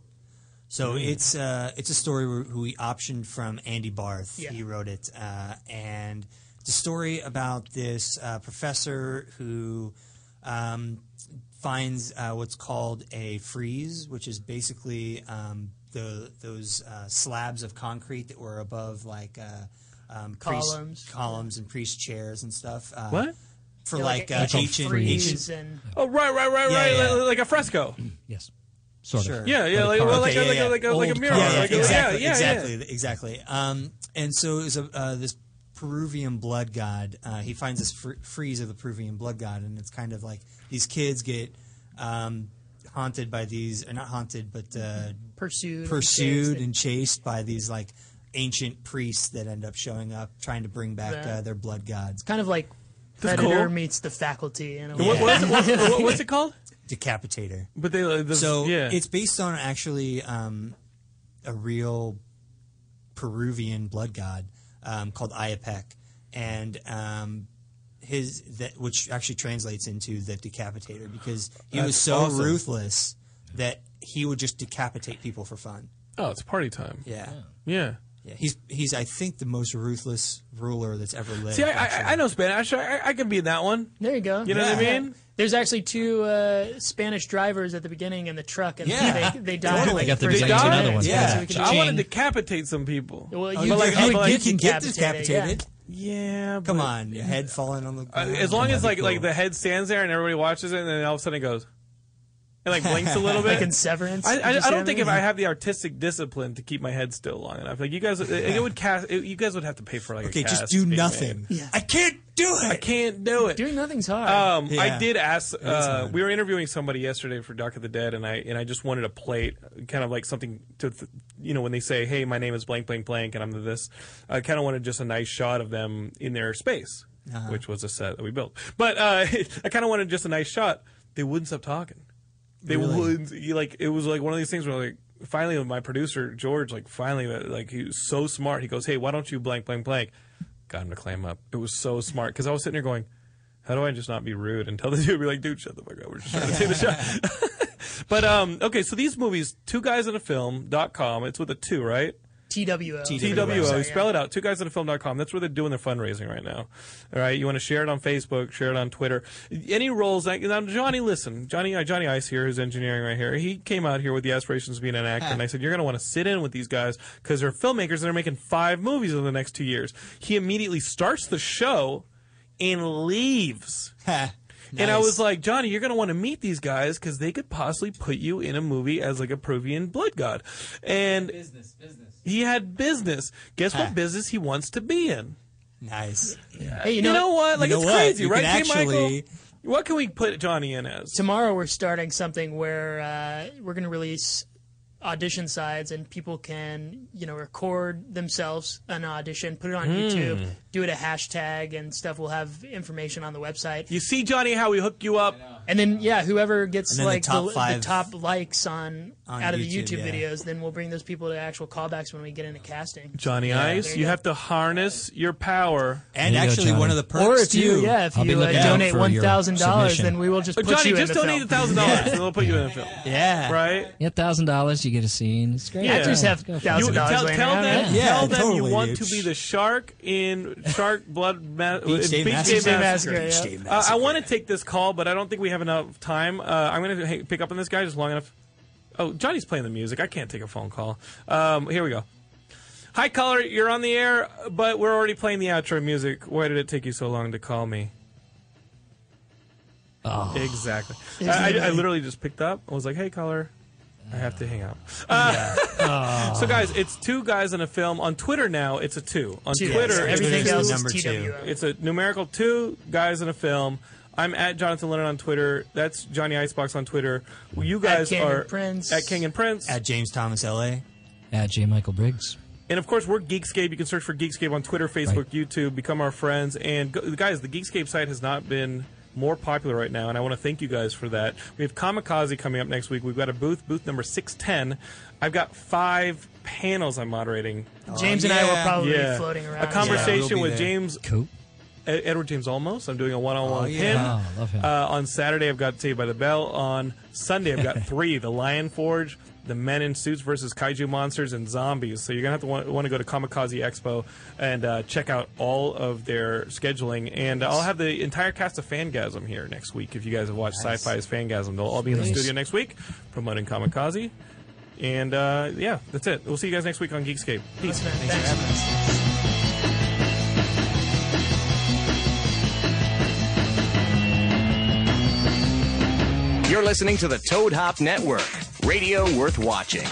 Speaker 7: So it's uh, it's a story where- who we optioned from Andy Barth.
Speaker 6: Yeah.
Speaker 7: He wrote it, uh, and it's a story about this uh, professor who um, finds uh, what's called a freeze, which is basically um, the those uh, slabs of concrete that were above like uh, um, priest-
Speaker 6: Columns.
Speaker 7: columns and priest chairs and stuff.
Speaker 5: *laughs*
Speaker 7: Uh,
Speaker 5: What?
Speaker 7: for
Speaker 6: Yeah,
Speaker 7: like, uh,
Speaker 6: ancient
Speaker 7: ancient,
Speaker 6: frieze
Speaker 7: ancient
Speaker 6: and
Speaker 5: Oh right right right
Speaker 7: Yeah,
Speaker 5: right
Speaker 7: yeah.
Speaker 5: Like, like a fresco.
Speaker 10: Yes. Sort
Speaker 7: Sure.
Speaker 10: of.
Speaker 5: Yeah yeah like
Speaker 10: Like a
Speaker 5: well,
Speaker 10: car.
Speaker 5: like, a-
Speaker 7: Okay,
Speaker 5: like,
Speaker 7: yeah,
Speaker 5: a, like, a,
Speaker 7: yeah.
Speaker 5: like a
Speaker 10: Old
Speaker 5: mirror.
Speaker 10: car.
Speaker 7: yeah,
Speaker 5: like a,
Speaker 7: yeah, exactly,
Speaker 5: Uh, yeah, yeah,
Speaker 7: exactly, exactly. Um, and so it was a, uh, this Peruvian blood god. Uh, he finds this fr- freeze of the Peruvian blood god, and it's kind of like these kids get um, haunted by these, or not haunted, but uh,
Speaker 6: pursued
Speaker 7: pursued
Speaker 6: and
Speaker 7: and chased by these like ancient priests that end up showing up trying to bring back
Speaker 6: Yeah.
Speaker 7: uh, their blood gods.
Speaker 6: kind of like
Speaker 5: That's
Speaker 6: Predator
Speaker 5: cool.
Speaker 6: meets the faculty. In a
Speaker 5: What,
Speaker 6: way.
Speaker 5: what's, what, what- what's it called?
Speaker 7: Decapitator.
Speaker 5: *laughs* But they like, this,
Speaker 7: So
Speaker 5: yeah.
Speaker 7: it's based on actually um, a real Peruvian blood god um, called Ayapec, and um, his that which actually translates into the decapitator because he was
Speaker 5: That's
Speaker 7: so
Speaker 5: awesome.
Speaker 7: ruthless that he would just decapitate people for fun.
Speaker 5: oh it's party time.
Speaker 7: Yeah.
Speaker 5: Yeah.
Speaker 7: Yeah, he's he's I think the most ruthless ruler that's ever lived.
Speaker 5: See, I, I,
Speaker 7: actually.
Speaker 5: I know Spanish. I, I can be in that one.
Speaker 6: There you go.
Speaker 5: You know what I
Speaker 7: Yeah.
Speaker 5: mean?
Speaker 6: There's actually two uh, Spanish drivers at the beginning in the truck, and
Speaker 9: Yeah.
Speaker 6: they, they die.
Speaker 9: Totally.
Speaker 6: like,
Speaker 9: I got the
Speaker 6: first
Speaker 5: They
Speaker 6: couple
Speaker 5: died?
Speaker 6: minutes.
Speaker 9: Yeah.
Speaker 6: So we can
Speaker 5: I
Speaker 6: change-
Speaker 5: want to decapitate some people.
Speaker 6: Well,
Speaker 9: Oh,
Speaker 6: you,
Speaker 9: you,
Speaker 6: like,
Speaker 9: you-
Speaker 6: like
Speaker 9: you can get
Speaker 6: decapitated, yeah.
Speaker 9: decapitated.
Speaker 5: yeah,
Speaker 9: Come
Speaker 5: but-
Speaker 9: on, your head falling on the
Speaker 5: Uh,
Speaker 9: ground.
Speaker 5: as long as
Speaker 9: That'd
Speaker 5: like
Speaker 9: be
Speaker 5: like
Speaker 9: cool.
Speaker 5: the head stands there and everybody watches it, and then all of a sudden it goes, it like blinks a little bit.
Speaker 6: Like in Severance.
Speaker 5: I, I,
Speaker 6: Did you
Speaker 5: I
Speaker 6: see
Speaker 5: don't
Speaker 6: that
Speaker 5: think if
Speaker 6: movie?
Speaker 5: I have the artistic discipline to keep my head still long enough, like you guys, it, it would cast. It, you guys would have to pay for like.
Speaker 9: Okay,
Speaker 5: a cast
Speaker 9: just do
Speaker 5: being
Speaker 9: nothing.
Speaker 5: made.
Speaker 6: Yeah.
Speaker 9: I can't do
Speaker 5: I
Speaker 9: it.
Speaker 5: can't do it.
Speaker 6: Doing nothing's hard.
Speaker 5: Um, I
Speaker 9: Yeah.
Speaker 5: did ask. Uh,
Speaker 9: hard.
Speaker 5: we were interviewing somebody yesterday for Dark of the Dead, and I and I just wanted a plate, kind of like something to, th- you know, when they say, "Hey, my name is blank, blank, blank, and I'm this." I kind of wanted just a nice shot of them in their space, which was a set that we built. But uh, *laughs* I kind of wanted just a nice shot. They wouldn't stop talking. They
Speaker 9: Really?
Speaker 5: wouldn't. You like it was like one of these things where like. Finally, my producer George, like, finally, uh, like, he was so smart. He goes, "Hey, why don't you blank, blank, blank?" Got him to clam up. It was so smart because I was sitting there going, how do I just not be rude and tell the *laughs* dude, be like, dude, shut the fuck up. We're just trying to do the shot. *laughs* but, um, okay, so these movies, two guys in a film.com, it's with a two, right?
Speaker 6: TWO.
Speaker 5: TWO,
Speaker 6: Sorry,
Speaker 5: spell it out, two guys in a film.com. That's where they're doing their fundraising right now. All right, you want to share it on Facebook, share it on Twitter. Any roles, like, now, Johnny, listen, Johnny, uh, Johnny Ice here, who's engineering right here, he came out here with the aspirations of being an actor, and I said, you're going to want to sit in with these guys because they're filmmakers and they're making five movies over the next two years. He immediately starts the show and leaves.
Speaker 9: *laughs*
Speaker 5: And I was like, Johnny, you're going to want to meet these guys because they could possibly put you in a movie as like a Peruvian blood god. And business, business. He had business. Guess what
Speaker 9: Huh.
Speaker 5: business he wants to be in?
Speaker 9: nice.
Speaker 6: Hey, you
Speaker 5: You
Speaker 6: know,
Speaker 5: know, what? Like
Speaker 9: know
Speaker 5: it's
Speaker 9: what?
Speaker 5: crazy,
Speaker 9: You
Speaker 5: right?
Speaker 9: can
Speaker 5: Hey, Michael,
Speaker 9: actually-
Speaker 5: what can we put Johnny in as?
Speaker 6: tomorrow we're starting something where uh, we're going to release audition sides and people can you know record themselves an audition put it
Speaker 5: Hmm.
Speaker 6: on youtube do it a hashtag and stuff we'll have information on the website
Speaker 5: You see, Johnny, how we hook you up?
Speaker 6: and then yeah whoever gets
Speaker 9: And then the
Speaker 6: like the,
Speaker 9: top
Speaker 6: the
Speaker 9: five
Speaker 6: top likes on,
Speaker 9: on
Speaker 6: out of
Speaker 9: YouTube,
Speaker 6: the youtube
Speaker 9: yeah.
Speaker 6: videos then we'll bring those people to actual callbacks when we get into casting
Speaker 5: Johnny Ice,
Speaker 6: there
Speaker 5: you,
Speaker 6: you go.
Speaker 5: have to harness your power.
Speaker 9: And
Speaker 7: There you go,
Speaker 9: actually, one
Speaker 7: Johnny.
Speaker 9: of the perks
Speaker 6: or if
Speaker 9: too.
Speaker 6: you yeah if
Speaker 7: I'll be
Speaker 6: you uh,
Speaker 7: looking out
Speaker 6: donate
Speaker 7: for your
Speaker 6: one thousand dollars
Speaker 7: submission.
Speaker 6: then we will just put
Speaker 5: Johnny,
Speaker 6: you
Speaker 5: just
Speaker 6: in a
Speaker 5: donate
Speaker 6: film.
Speaker 5: thousand dollars, and we'll put you in a film.
Speaker 9: Yeah.
Speaker 5: Right?
Speaker 7: Yeah, thousand dollars, you get a scene. It's great.
Speaker 5: Yeah.
Speaker 6: actors
Speaker 7: Yeah,
Speaker 6: have
Speaker 7: go for it.
Speaker 5: You,
Speaker 6: thousand dollars
Speaker 5: tell,
Speaker 6: laying
Speaker 5: tell
Speaker 6: around,
Speaker 5: them,
Speaker 6: yeah.
Speaker 9: Yeah,
Speaker 5: tell them you
Speaker 9: totally,
Speaker 5: want
Speaker 9: dude.
Speaker 5: to be the shark in Shark Blood Ma-
Speaker 9: Beach Day
Speaker 5: Day
Speaker 9: Massacre. Beach Day
Speaker 5: Massacre.
Speaker 6: Massacre, yeah.
Speaker 9: Beach Day
Speaker 5: Uh, I
Speaker 9: Massacre.
Speaker 5: want to take this call, but I don't think we have enough time. Uh, I'm going to hey, pick up on this guy just long enough. Oh, Johnny's playing the music. I can't take a phone call. Um, here we go. Hi, caller. You're on the air, but we're already playing the outro music. Why did it take you so long to call me? Exactly. I, I, I literally just picked up. I was like, "Hey, caller, I have to hang up." Uh, *laughs* so, guys, it's two guys in a film on Twitter now. It's a two on
Speaker 6: Two.
Speaker 5: Twitter. it's
Speaker 6: everything
Speaker 9: Twitter's
Speaker 5: two.
Speaker 6: else
Speaker 9: number
Speaker 6: is
Speaker 9: two.
Speaker 6: TWO.
Speaker 5: It's a numerical two guys in a film. I'm at Jonathan Lennon on Twitter. That's Johnny Icebox on Twitter. You guys
Speaker 6: King and
Speaker 5: are
Speaker 6: Prince.
Speaker 5: at King and Prince.
Speaker 9: At James Thomas LA.
Speaker 7: At J. Michael Briggs.
Speaker 5: And of course, we're Geekscape. You can search for Geekscape on Twitter, Facebook, YouTube. Become our friends. And go, guys, the Geekscape site has not been more popular right now, and I want to thank you guys for that. We have Kamikaze coming up next week. We've got a booth, booth number six ten. I've got five panels I'm moderating.
Speaker 6: James and I will
Speaker 9: yeah.
Speaker 6: probably be floating around.
Speaker 5: a
Speaker 9: Yeah,
Speaker 5: conversation
Speaker 9: we'll be
Speaker 5: with
Speaker 9: there.
Speaker 5: James
Speaker 7: Cool.
Speaker 5: Ed- Edward James Olmos. I'm doing a one-on-one
Speaker 9: Oh,
Speaker 5: with
Speaker 9: yeah.
Speaker 5: him.
Speaker 7: Wow, love him.
Speaker 5: Uh, on Saturday, I've got Saved by the Bell. On Sunday, I've got three: The Lion Forge, The Men in Suits versus Kaiju Monsters, and Zombies. So you're gonna have to want, want to go to Kamikaze Expo and uh, check out all of their scheduling. And I'll have the entire cast of Fangasm here next week. If you guys have watched Sci-Fi's Fangasm, they'll all be in the
Speaker 7: Nice.
Speaker 5: studio next week promoting Kamikaze. And uh, yeah, that's it. We'll see you guys next week on Geekscape. Peace.
Speaker 6: Thanks, man. Thanks.
Speaker 2: You're listening to the Toad Hop Network. Radio worth watching.